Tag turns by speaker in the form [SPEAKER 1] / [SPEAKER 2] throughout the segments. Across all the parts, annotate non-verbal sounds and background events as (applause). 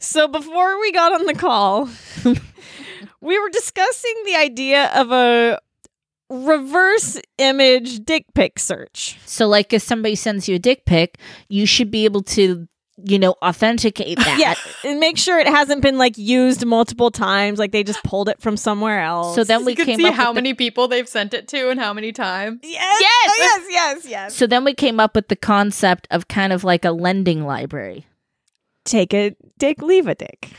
[SPEAKER 1] So before we got on the
[SPEAKER 2] (laughs)
[SPEAKER 1] call, we were discussing the idea of a reverse image dick pic search.
[SPEAKER 2] So, like, if somebody sends you a dick pic, you should be able to, you know,
[SPEAKER 1] (laughs)
[SPEAKER 2] authenticate that. (laughs)
[SPEAKER 1] Yeah, and make sure it hasn't been like used multiple times. Like they just pulled it from somewhere else.
[SPEAKER 2] So then we
[SPEAKER 3] you can
[SPEAKER 2] came
[SPEAKER 3] see
[SPEAKER 2] up
[SPEAKER 3] how
[SPEAKER 2] with
[SPEAKER 3] many people they've sent it to and how many times.
[SPEAKER 1] yes,
[SPEAKER 2] Yes!
[SPEAKER 1] Oh, yes, yes,
[SPEAKER 2] the,
[SPEAKER 1] yes.
[SPEAKER 2] (laughs) So then we came up with the concept of kind of like a lending library.
[SPEAKER 1] Take a dick, leave a dick.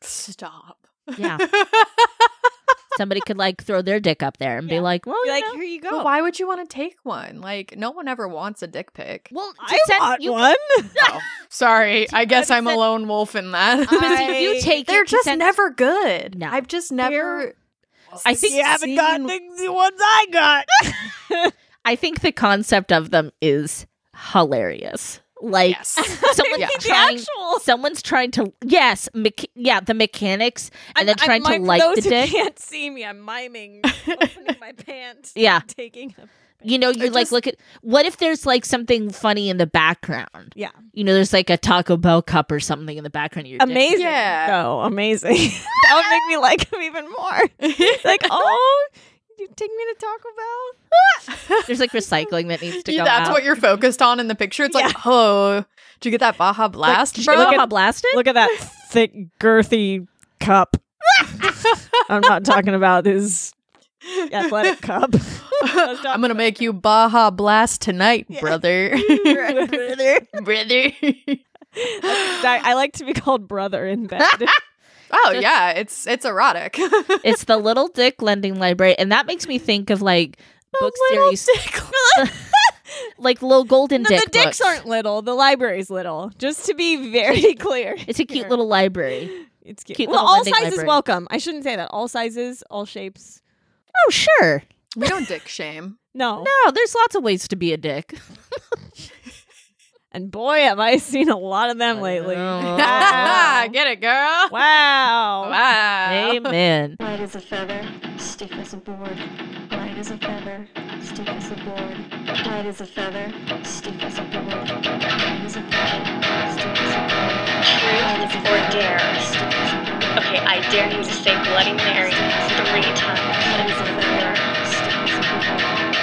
[SPEAKER 3] Stop.
[SPEAKER 2] Yeah.
[SPEAKER 3] but
[SPEAKER 2] (laughs) somebody could like throw their dick up there and be
[SPEAKER 1] Yeah.
[SPEAKER 2] like, Oh, well,
[SPEAKER 1] Be
[SPEAKER 2] you
[SPEAKER 1] like,
[SPEAKER 2] know,
[SPEAKER 1] here you go.
[SPEAKER 3] why would you want to take one? Like, no one ever wants a dick (laughs) pic.
[SPEAKER 2] well, to
[SPEAKER 1] I
[SPEAKER 2] send-
[SPEAKER 1] want
[SPEAKER 2] you,
[SPEAKER 1] one.
[SPEAKER 3] Oh, sorry. I guess
[SPEAKER 2] But
[SPEAKER 3] I'm a
[SPEAKER 2] then-
[SPEAKER 3] lone wolf in that. (laughs)
[SPEAKER 2] but
[SPEAKER 1] I-
[SPEAKER 2] if you take
[SPEAKER 3] Uh, They're
[SPEAKER 2] it to
[SPEAKER 3] just
[SPEAKER 2] send-
[SPEAKER 3] never good.
[SPEAKER 2] No.
[SPEAKER 3] I've just never.
[SPEAKER 2] I think
[SPEAKER 1] you haven't gotten the, the ones I got.
[SPEAKER 2] I think the concept of them is hilarious. Like
[SPEAKER 3] Yes.
[SPEAKER 1] (laughs)
[SPEAKER 2] someone
[SPEAKER 3] Yeah.
[SPEAKER 1] The
[SPEAKER 2] trying,
[SPEAKER 1] actual-
[SPEAKER 2] someone's trying to yes, mecha- yeah, the mechanics, (laughs) and then trying to
[SPEAKER 1] mime-
[SPEAKER 2] like
[SPEAKER 1] those
[SPEAKER 2] the
[SPEAKER 1] who
[SPEAKER 2] dick.
[SPEAKER 1] Can't see me. I'm
[SPEAKER 2] (laughs)
[SPEAKER 1] miming, opening my pants. (laughs)
[SPEAKER 2] Yeah.
[SPEAKER 1] taking. A-
[SPEAKER 2] You know, you
[SPEAKER 3] It
[SPEAKER 2] like
[SPEAKER 3] just-
[SPEAKER 2] look at what if there's like something funny in the background.
[SPEAKER 1] yeah,
[SPEAKER 2] You know, there's like a Taco Bell cup or something in the background. Of your dick.
[SPEAKER 1] amazing.
[SPEAKER 3] Yeah.
[SPEAKER 1] no, amazing. (laughs) that would make me like him even more. (laughs) Like, oh, you take me to Taco Bell?
[SPEAKER 2] There's like recycling that needs
[SPEAKER 1] (laughs)
[SPEAKER 2] to
[SPEAKER 3] Yeah,
[SPEAKER 2] go
[SPEAKER 3] that's
[SPEAKER 2] out.
[SPEAKER 3] what you're focused on in the picture. It's like, oh, did you get that Baja Blast,
[SPEAKER 2] Did you
[SPEAKER 3] bro?
[SPEAKER 2] look at blasted.
[SPEAKER 1] Look at that thick, girthy (laughs) cup. I'm not talking about his (laughs) athletic cup.
[SPEAKER 3] I'm gonna make you Baja Blast tonight,
[SPEAKER 1] Yeah.
[SPEAKER 3] (laughs) brother.
[SPEAKER 1] brother.
[SPEAKER 3] brother.
[SPEAKER 1] I, I like to be called brother in (laughs) bed.
[SPEAKER 3] oh yeah, it's it's erotic. (laughs)
[SPEAKER 2] it's the Little Dick Lending Library, and that makes me think of like (laughs) book series, like Little
[SPEAKER 1] (laughs)
[SPEAKER 2] Golden
[SPEAKER 1] No,
[SPEAKER 2] Dick.
[SPEAKER 1] the dicks
[SPEAKER 2] books.
[SPEAKER 1] aren't little. The library's little. Just to be very clear,
[SPEAKER 2] It's a cute
[SPEAKER 1] here.
[SPEAKER 2] little library.
[SPEAKER 1] It's cute.
[SPEAKER 2] cute
[SPEAKER 1] well,
[SPEAKER 2] little
[SPEAKER 1] all
[SPEAKER 2] lending
[SPEAKER 1] sizes
[SPEAKER 2] library.
[SPEAKER 1] welcome. I shouldn't say that. All sizes, all shapes.
[SPEAKER 2] Oh sure,
[SPEAKER 3] we don't dick shame.
[SPEAKER 1] No.
[SPEAKER 2] no, there's lots of ways to be a dick.
[SPEAKER 1] And boy, have I (laughs) seen a lot of them
[SPEAKER 2] I
[SPEAKER 1] lately.
[SPEAKER 3] (laughs)
[SPEAKER 2] know.
[SPEAKER 1] (laughs) Wow.
[SPEAKER 3] (laughs) Get it, girl.
[SPEAKER 1] wow.
[SPEAKER 3] Wow.
[SPEAKER 2] Amen.
[SPEAKER 4] Light as a feather, stiff as a board. Light as a feather, stiff as a board. Light as a feather, stiff as a board. Light as a feather, stiff as a board. Light as a
[SPEAKER 5] Truth or
[SPEAKER 4] feather,
[SPEAKER 5] dare?
[SPEAKER 4] stiff as a board.
[SPEAKER 5] Okay, I dare you to say Bloody Mary three times.
[SPEAKER 4] Light as a feather, stiff as a board.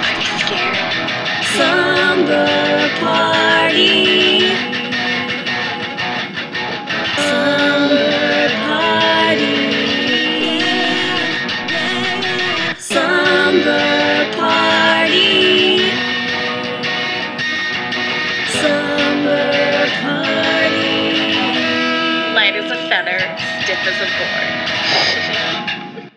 [SPEAKER 4] Light as a feather,
[SPEAKER 5] I'm scared. Light as a feather, stiff as a board.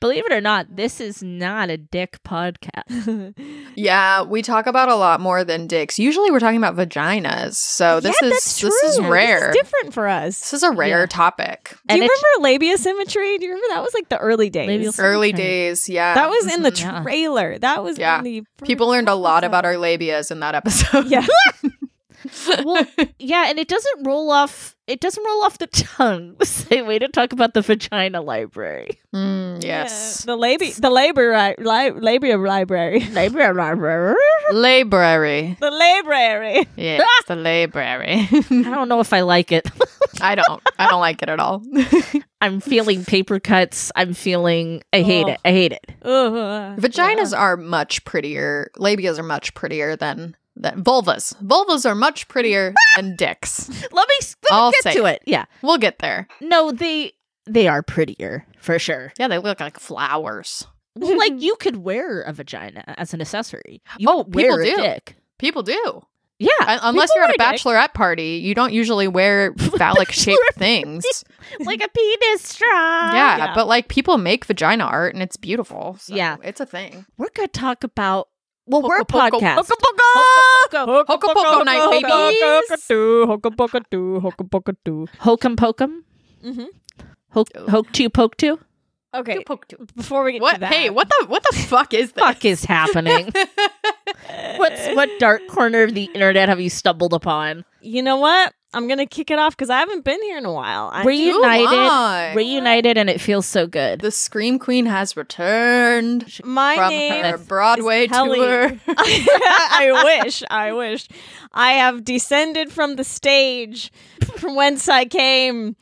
[SPEAKER 2] Believe it or not, this is not a dick podcast. (laughs)
[SPEAKER 3] Yeah, we talk about a lot more than dicks. Usually, we're talking about vaginas. So Oh, this
[SPEAKER 1] yeah,
[SPEAKER 3] is
[SPEAKER 1] that's true.
[SPEAKER 3] this is rare.
[SPEAKER 1] This is different for us.
[SPEAKER 3] This is a rare
[SPEAKER 2] Yeah.
[SPEAKER 3] topic.
[SPEAKER 1] Do you
[SPEAKER 2] And it's-
[SPEAKER 1] remember labia symmetry? Do you remember that was like the early days?
[SPEAKER 2] Labial-
[SPEAKER 3] Early
[SPEAKER 2] Okay.
[SPEAKER 3] days, yeah.
[SPEAKER 1] that was in the
[SPEAKER 2] Mhm. Yeah.
[SPEAKER 1] trailer. That was
[SPEAKER 3] Yeah.
[SPEAKER 1] in the first
[SPEAKER 3] (laughs) People learned a lot
[SPEAKER 1] episode.
[SPEAKER 3] about our labias in that
[SPEAKER 1] (laughs)
[SPEAKER 3] episode.
[SPEAKER 1] Yeah.
[SPEAKER 2] well, yeah, and it doesn't roll off. It doesn't roll off the tongue. (laughs) the Same way to talk about the vagina library.
[SPEAKER 3] (laughs) Mm,
[SPEAKER 1] Yeah.
[SPEAKER 3] yes.
[SPEAKER 1] The labia the labor li- li- labia library. (laughs)
[SPEAKER 2] Library, library.
[SPEAKER 3] Library.
[SPEAKER 1] The library. (laughs)
[SPEAKER 3] Yeah, it's the library.
[SPEAKER 2] I don't know if I like it. (laughs)
[SPEAKER 3] I don't. I don't like it at all.
[SPEAKER 2] I'm feeling paper cuts. I'm feeling. I hate
[SPEAKER 1] Ugh.
[SPEAKER 3] Oh.
[SPEAKER 2] it. I hate it.
[SPEAKER 1] Ugh.
[SPEAKER 3] Vaginas are much prettier. Labias are much prettier than than vulvas. Vulvas are much
[SPEAKER 1] (laughs)
[SPEAKER 3] prettier than dicks.
[SPEAKER 2] Let me, s- let me
[SPEAKER 3] I'll
[SPEAKER 2] get
[SPEAKER 3] say
[SPEAKER 2] to it. Yeah.
[SPEAKER 3] We'll get there.
[SPEAKER 2] No, they they are prettier for sure.
[SPEAKER 3] Yeah, they look like flowers.
[SPEAKER 2] Well,
[SPEAKER 3] (laughs)
[SPEAKER 2] like you could wear a vagina as an accessory. You
[SPEAKER 3] Oh,
[SPEAKER 2] could
[SPEAKER 3] people
[SPEAKER 2] wear
[SPEAKER 3] do.
[SPEAKER 2] a dick.
[SPEAKER 3] People
[SPEAKER 1] Uh,
[SPEAKER 3] do.
[SPEAKER 2] Yeah.
[SPEAKER 3] Un- unless
[SPEAKER 2] people
[SPEAKER 3] you're at a
[SPEAKER 2] wear dick.
[SPEAKER 3] bachelorette party, you don't usually
[SPEAKER 1] (laughs)
[SPEAKER 3] wear phallic shaped things.
[SPEAKER 2] (laughs) like a penis straw.
[SPEAKER 3] yeah,
[SPEAKER 1] yeah.
[SPEAKER 3] but like people make vagina art and it's beautiful. So
[SPEAKER 2] Yeah.
[SPEAKER 3] it's a thing.
[SPEAKER 2] We're gonna talk about well,
[SPEAKER 3] Poco,
[SPEAKER 2] we're a
[SPEAKER 3] poco,
[SPEAKER 2] podcast.
[SPEAKER 3] poco,
[SPEAKER 1] Hoka
[SPEAKER 3] Hoka
[SPEAKER 1] poka
[SPEAKER 3] poka night,
[SPEAKER 1] hoka
[SPEAKER 3] babies.
[SPEAKER 1] poka doo, hoka poka doo, hoka poka doo.
[SPEAKER 2] Hokum pokum.
[SPEAKER 1] Mhm.
[SPEAKER 2] Hoke hoke two poke two.
[SPEAKER 1] Okay,
[SPEAKER 3] Poke to-
[SPEAKER 1] before we get to
[SPEAKER 3] What?
[SPEAKER 1] that,
[SPEAKER 3] Hey, what the what
[SPEAKER 1] (laughs)
[SPEAKER 3] the fuck is that?
[SPEAKER 2] Fuck is happening. What's what dark corner of the internet have you stumbled upon?
[SPEAKER 1] You know what? I'm gonna kick it off because I haven't been here in a while. I
[SPEAKER 2] Were you- United.
[SPEAKER 3] Ooh, my.
[SPEAKER 2] Reunited and it feels so good.
[SPEAKER 3] the Scream Queen has returned
[SPEAKER 1] my
[SPEAKER 3] from
[SPEAKER 1] name
[SPEAKER 3] her Broadway
[SPEAKER 1] Kelly.
[SPEAKER 3] (laughs) tour.
[SPEAKER 1] (laughs) I wish. I wish. I have descended from the stage from whence I came.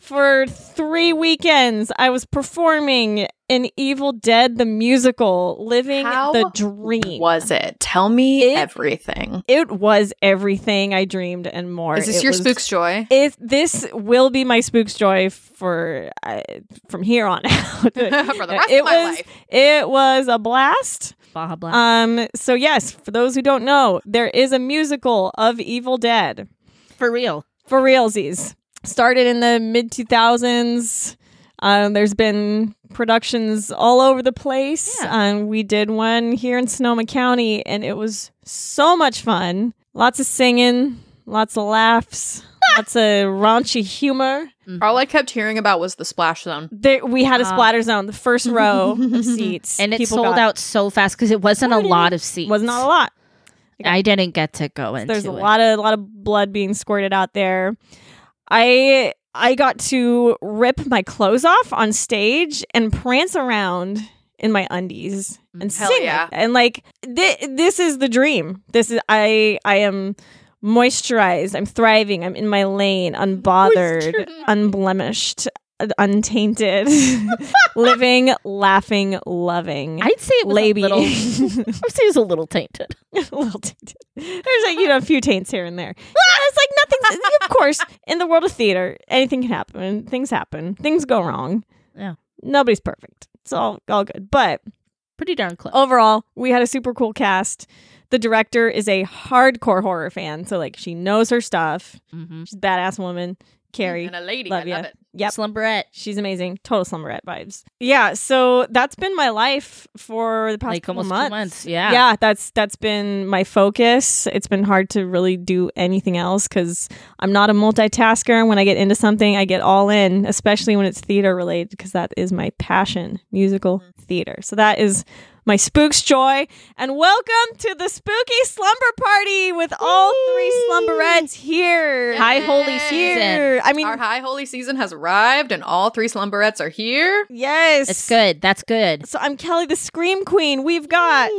[SPEAKER 1] For three weekends, I was performing in Evil Dead the musical, living
[SPEAKER 3] How
[SPEAKER 1] the dream.
[SPEAKER 3] Was it? Tell me
[SPEAKER 1] It-
[SPEAKER 3] everything.
[SPEAKER 1] It was everything I dreamed and more.
[SPEAKER 3] Is this
[SPEAKER 1] It
[SPEAKER 3] your
[SPEAKER 1] was-
[SPEAKER 3] Spooks Joy?
[SPEAKER 1] It, this will be my spooks joy for uh, from here on (laughs) out.
[SPEAKER 3] (laughs) For the rest
[SPEAKER 1] it
[SPEAKER 3] of my
[SPEAKER 1] was
[SPEAKER 3] life.
[SPEAKER 1] it was a blast.
[SPEAKER 2] Baja Blast.
[SPEAKER 1] Um, so yes, for those who don't know, there is a musical of Evil Dead
[SPEAKER 2] For real.
[SPEAKER 1] for realsies. Started in the mid two thousands. Um, there's been productions all over the place. Um, we did one here in Sonoma County, and it was so much fun. Lots of singing, lots of laughs,
[SPEAKER 2] (laughs)
[SPEAKER 1] lots of raunchy humor.
[SPEAKER 3] All I kept hearing about was the splash zone.
[SPEAKER 1] There, we had a
[SPEAKER 2] Ah.
[SPEAKER 1] splatter zone, the first row
[SPEAKER 2] (laughs)
[SPEAKER 1] of seats,
[SPEAKER 2] And it
[SPEAKER 1] People
[SPEAKER 2] sold
[SPEAKER 1] got-
[SPEAKER 2] out so fast because it wasn't a
[SPEAKER 1] Already.
[SPEAKER 2] lot of seats.
[SPEAKER 1] Was not a lot.
[SPEAKER 2] I didn't get to go into
[SPEAKER 1] there's a
[SPEAKER 2] it.
[SPEAKER 1] lot of a lot of blood being squirted out there i i got to rip my clothes off on stage and prance around in my undies and
[SPEAKER 2] Mm,
[SPEAKER 3] Hell
[SPEAKER 1] sing like
[SPEAKER 3] yeah.
[SPEAKER 1] that. and like thi- this is the dream this is i i am moisturized i'm thriving i'm in my lane unbothered unblemished uh,
[SPEAKER 2] (laughs)
[SPEAKER 1] untainted living laughing loving
[SPEAKER 2] I'd say it was
[SPEAKER 1] lady
[SPEAKER 2] a little. I'd
[SPEAKER 1] (laughs)
[SPEAKER 2] say it was a little tainted.
[SPEAKER 1] a little tainted. (laughs) There's like you know a few taints here and there. Yeah, it's like
[SPEAKER 2] (laughs)
[SPEAKER 1] nothing's of course in the world of theater anything can happen. Things happen. Things go wrong.
[SPEAKER 2] Yeah.
[SPEAKER 1] Nobody's perfect. It's all all good. But
[SPEAKER 2] Pretty darn close.
[SPEAKER 1] overall, we had a super cool cast. The director is a hardcore horror fan, so like she knows her stuff.
[SPEAKER 2] Mm-hmm.
[SPEAKER 1] She's a badass woman. Carrie.
[SPEAKER 2] uh,
[SPEAKER 3] And a lady.
[SPEAKER 1] Love
[SPEAKER 3] I
[SPEAKER 1] ya.
[SPEAKER 3] love it.
[SPEAKER 1] Yep.
[SPEAKER 2] Slumberette.
[SPEAKER 1] She's amazing. Total slumberette vibes. Yeah, so that's been my life for the past
[SPEAKER 2] Like
[SPEAKER 1] couple
[SPEAKER 2] almost two
[SPEAKER 1] months.
[SPEAKER 2] months, yeah.
[SPEAKER 1] yeah, that's that's been my focus. It's been hard to really do anything else because I'm not a multitasker. When I get into something, I get all in, especially when it's theater related because that is my passion, musical
[SPEAKER 2] Mm-hmm.
[SPEAKER 1] theater. So that is my spooks joy, and welcome to the spooky slumber party with all three slumberettes here.
[SPEAKER 2] High holy season.
[SPEAKER 1] Here, I mean.
[SPEAKER 3] Our high holy season has arrived, and all three slumberettes are here.
[SPEAKER 1] Yes.
[SPEAKER 2] It's good. That's good.
[SPEAKER 1] So I'm Kelly the Scream Queen. We've got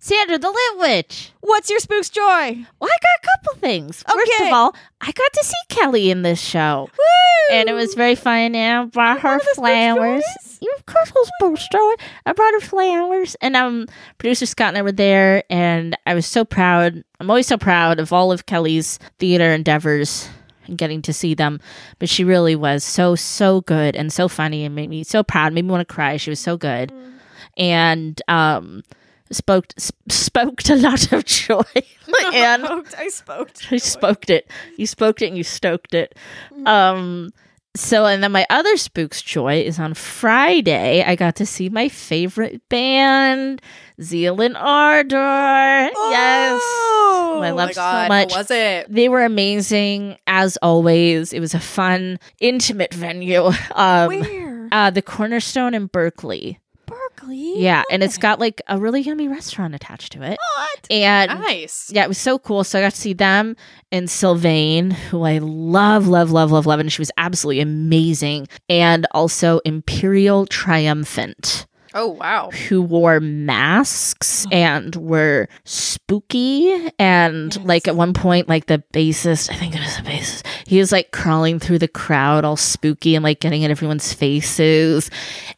[SPEAKER 2] Sandra the Lit Witch.
[SPEAKER 1] What's Your Spook's Joy?
[SPEAKER 2] Well, I got a couple things. First
[SPEAKER 1] Okay.
[SPEAKER 2] of all, I got to see Kelly in this show.
[SPEAKER 1] Woo!
[SPEAKER 2] And it was very fun. And I brought her
[SPEAKER 1] One of the Spook's
[SPEAKER 2] flowers.
[SPEAKER 1] Joys?
[SPEAKER 2] You of course was supposed to. I brought her flowers. And um producer Scott and I were there and I was so proud. I'm always so proud of all of Kelly's theater endeavors and getting to see them. But she really was so, so good and so funny and made me so proud, made me want to cry. She was so good. And um spoke sp- spoke (laughs) a lot of joy and
[SPEAKER 1] I spoke.
[SPEAKER 2] (laughs) you spoked it. You spoked it and you stoked it. Um so and then my other spooks joy is on Friday I got to see my favorite band, Zealand Ardor. Yes. Who I
[SPEAKER 1] Oh
[SPEAKER 2] love
[SPEAKER 3] oh my god,
[SPEAKER 2] so much.
[SPEAKER 3] how was it?
[SPEAKER 2] They were amazing as always. It was a fun, intimate venue. Um
[SPEAKER 1] Where?
[SPEAKER 2] uh the Cornerstone in Berkeley.
[SPEAKER 1] Berkeley.
[SPEAKER 2] Yeah, and it's got like a really yummy restaurant attached to it.
[SPEAKER 1] What?
[SPEAKER 2] And
[SPEAKER 3] Nice.
[SPEAKER 2] yeah, it was so cool. So I got to see them and Sylvain, who I love, love, love, love, love, and she was absolutely amazing. And also Imperial Triumphant,
[SPEAKER 3] Oh wow.
[SPEAKER 2] who wore masks
[SPEAKER 1] Oh.
[SPEAKER 2] and were spooky. And like at one point, like the bassist, I think it was the bassist, he was like crawling through the crowd all spooky and like getting at everyone's faces.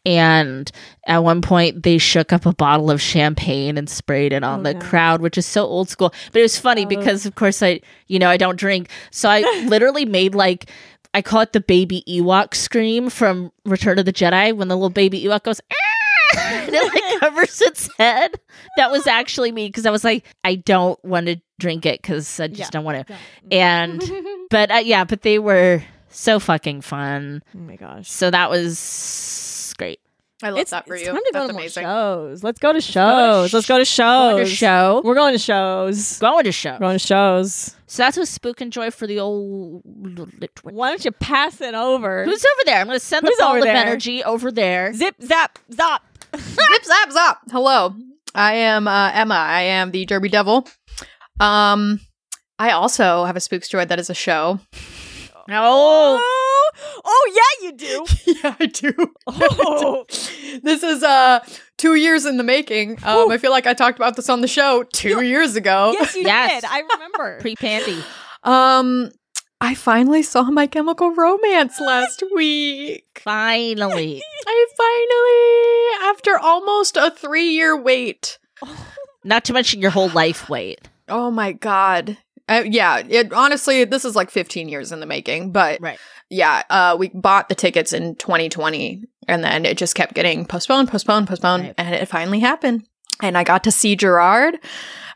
[SPEAKER 2] And at one point, they shook up a bottle of champagne and sprayed it on
[SPEAKER 1] Oh,
[SPEAKER 2] the
[SPEAKER 1] no. Oh.
[SPEAKER 2] crowd, which is so old school. But it was funny because, of course, I, you know, I don't drink.
[SPEAKER 1] (laughs)
[SPEAKER 2] So I literally made like, I call it the baby Ewok scream from Return of the Jedi when the little baby Ewok goes, "Ah!" (laughs) and it
[SPEAKER 1] (laughs)
[SPEAKER 2] like covers its head. That was actually me because I was like, I don't want to drink it because I just
[SPEAKER 1] Yeah.
[SPEAKER 2] don't want to. And,
[SPEAKER 1] (laughs)
[SPEAKER 2] but uh, yeah, but they were so fucking fun.
[SPEAKER 1] Oh my gosh.
[SPEAKER 2] So that was great.
[SPEAKER 3] I love
[SPEAKER 1] It's,
[SPEAKER 3] that for
[SPEAKER 1] it's
[SPEAKER 3] you.
[SPEAKER 1] time to go
[SPEAKER 3] That's
[SPEAKER 1] to more
[SPEAKER 3] amazing.
[SPEAKER 1] shows. Let's go to shows.
[SPEAKER 2] sh-
[SPEAKER 1] Let's go to shows.
[SPEAKER 2] Going to show.
[SPEAKER 1] We're going to shows.
[SPEAKER 2] Going to show.
[SPEAKER 1] We're going to shows.
[SPEAKER 2] So that's what spook and joy for the old lit witch.
[SPEAKER 1] Why don't you pass it over?
[SPEAKER 2] Who's over there? I'm going to send
[SPEAKER 1] Who's
[SPEAKER 2] the ball
[SPEAKER 1] over
[SPEAKER 2] of
[SPEAKER 1] there?
[SPEAKER 2] energy over there.
[SPEAKER 1] zip zap zop?
[SPEAKER 3] zip zap zap. Hello, I am uh, Emma. I am the Derby Devil. Um, I also have a Spookstoid that is a show. (laughs)
[SPEAKER 2] No.
[SPEAKER 1] Oh, oh yeah, you do.
[SPEAKER 3] yeah, I do.
[SPEAKER 1] Oh,
[SPEAKER 3] this is uh two years in the making. Um, I feel like I talked about this on the show two years ago.
[SPEAKER 1] yes, you
[SPEAKER 2] Yes.
[SPEAKER 1] did. I remember.
[SPEAKER 2] Pre pandy.
[SPEAKER 3] Um, I finally saw My Chemical Romance last week.
[SPEAKER 2] Finally.
[SPEAKER 3] I finally, after almost a three-year wait.
[SPEAKER 2] Not to mention your whole life wait.
[SPEAKER 3] Oh my god. Uh, yeah, it honestly this is like 15 years in the making, but
[SPEAKER 2] Right.
[SPEAKER 3] yeah, uh we bought the tickets in 2020 and then it just kept getting postponed, postponed, postponed
[SPEAKER 2] Right.
[SPEAKER 3] and it finally happened. And I got to see Gerard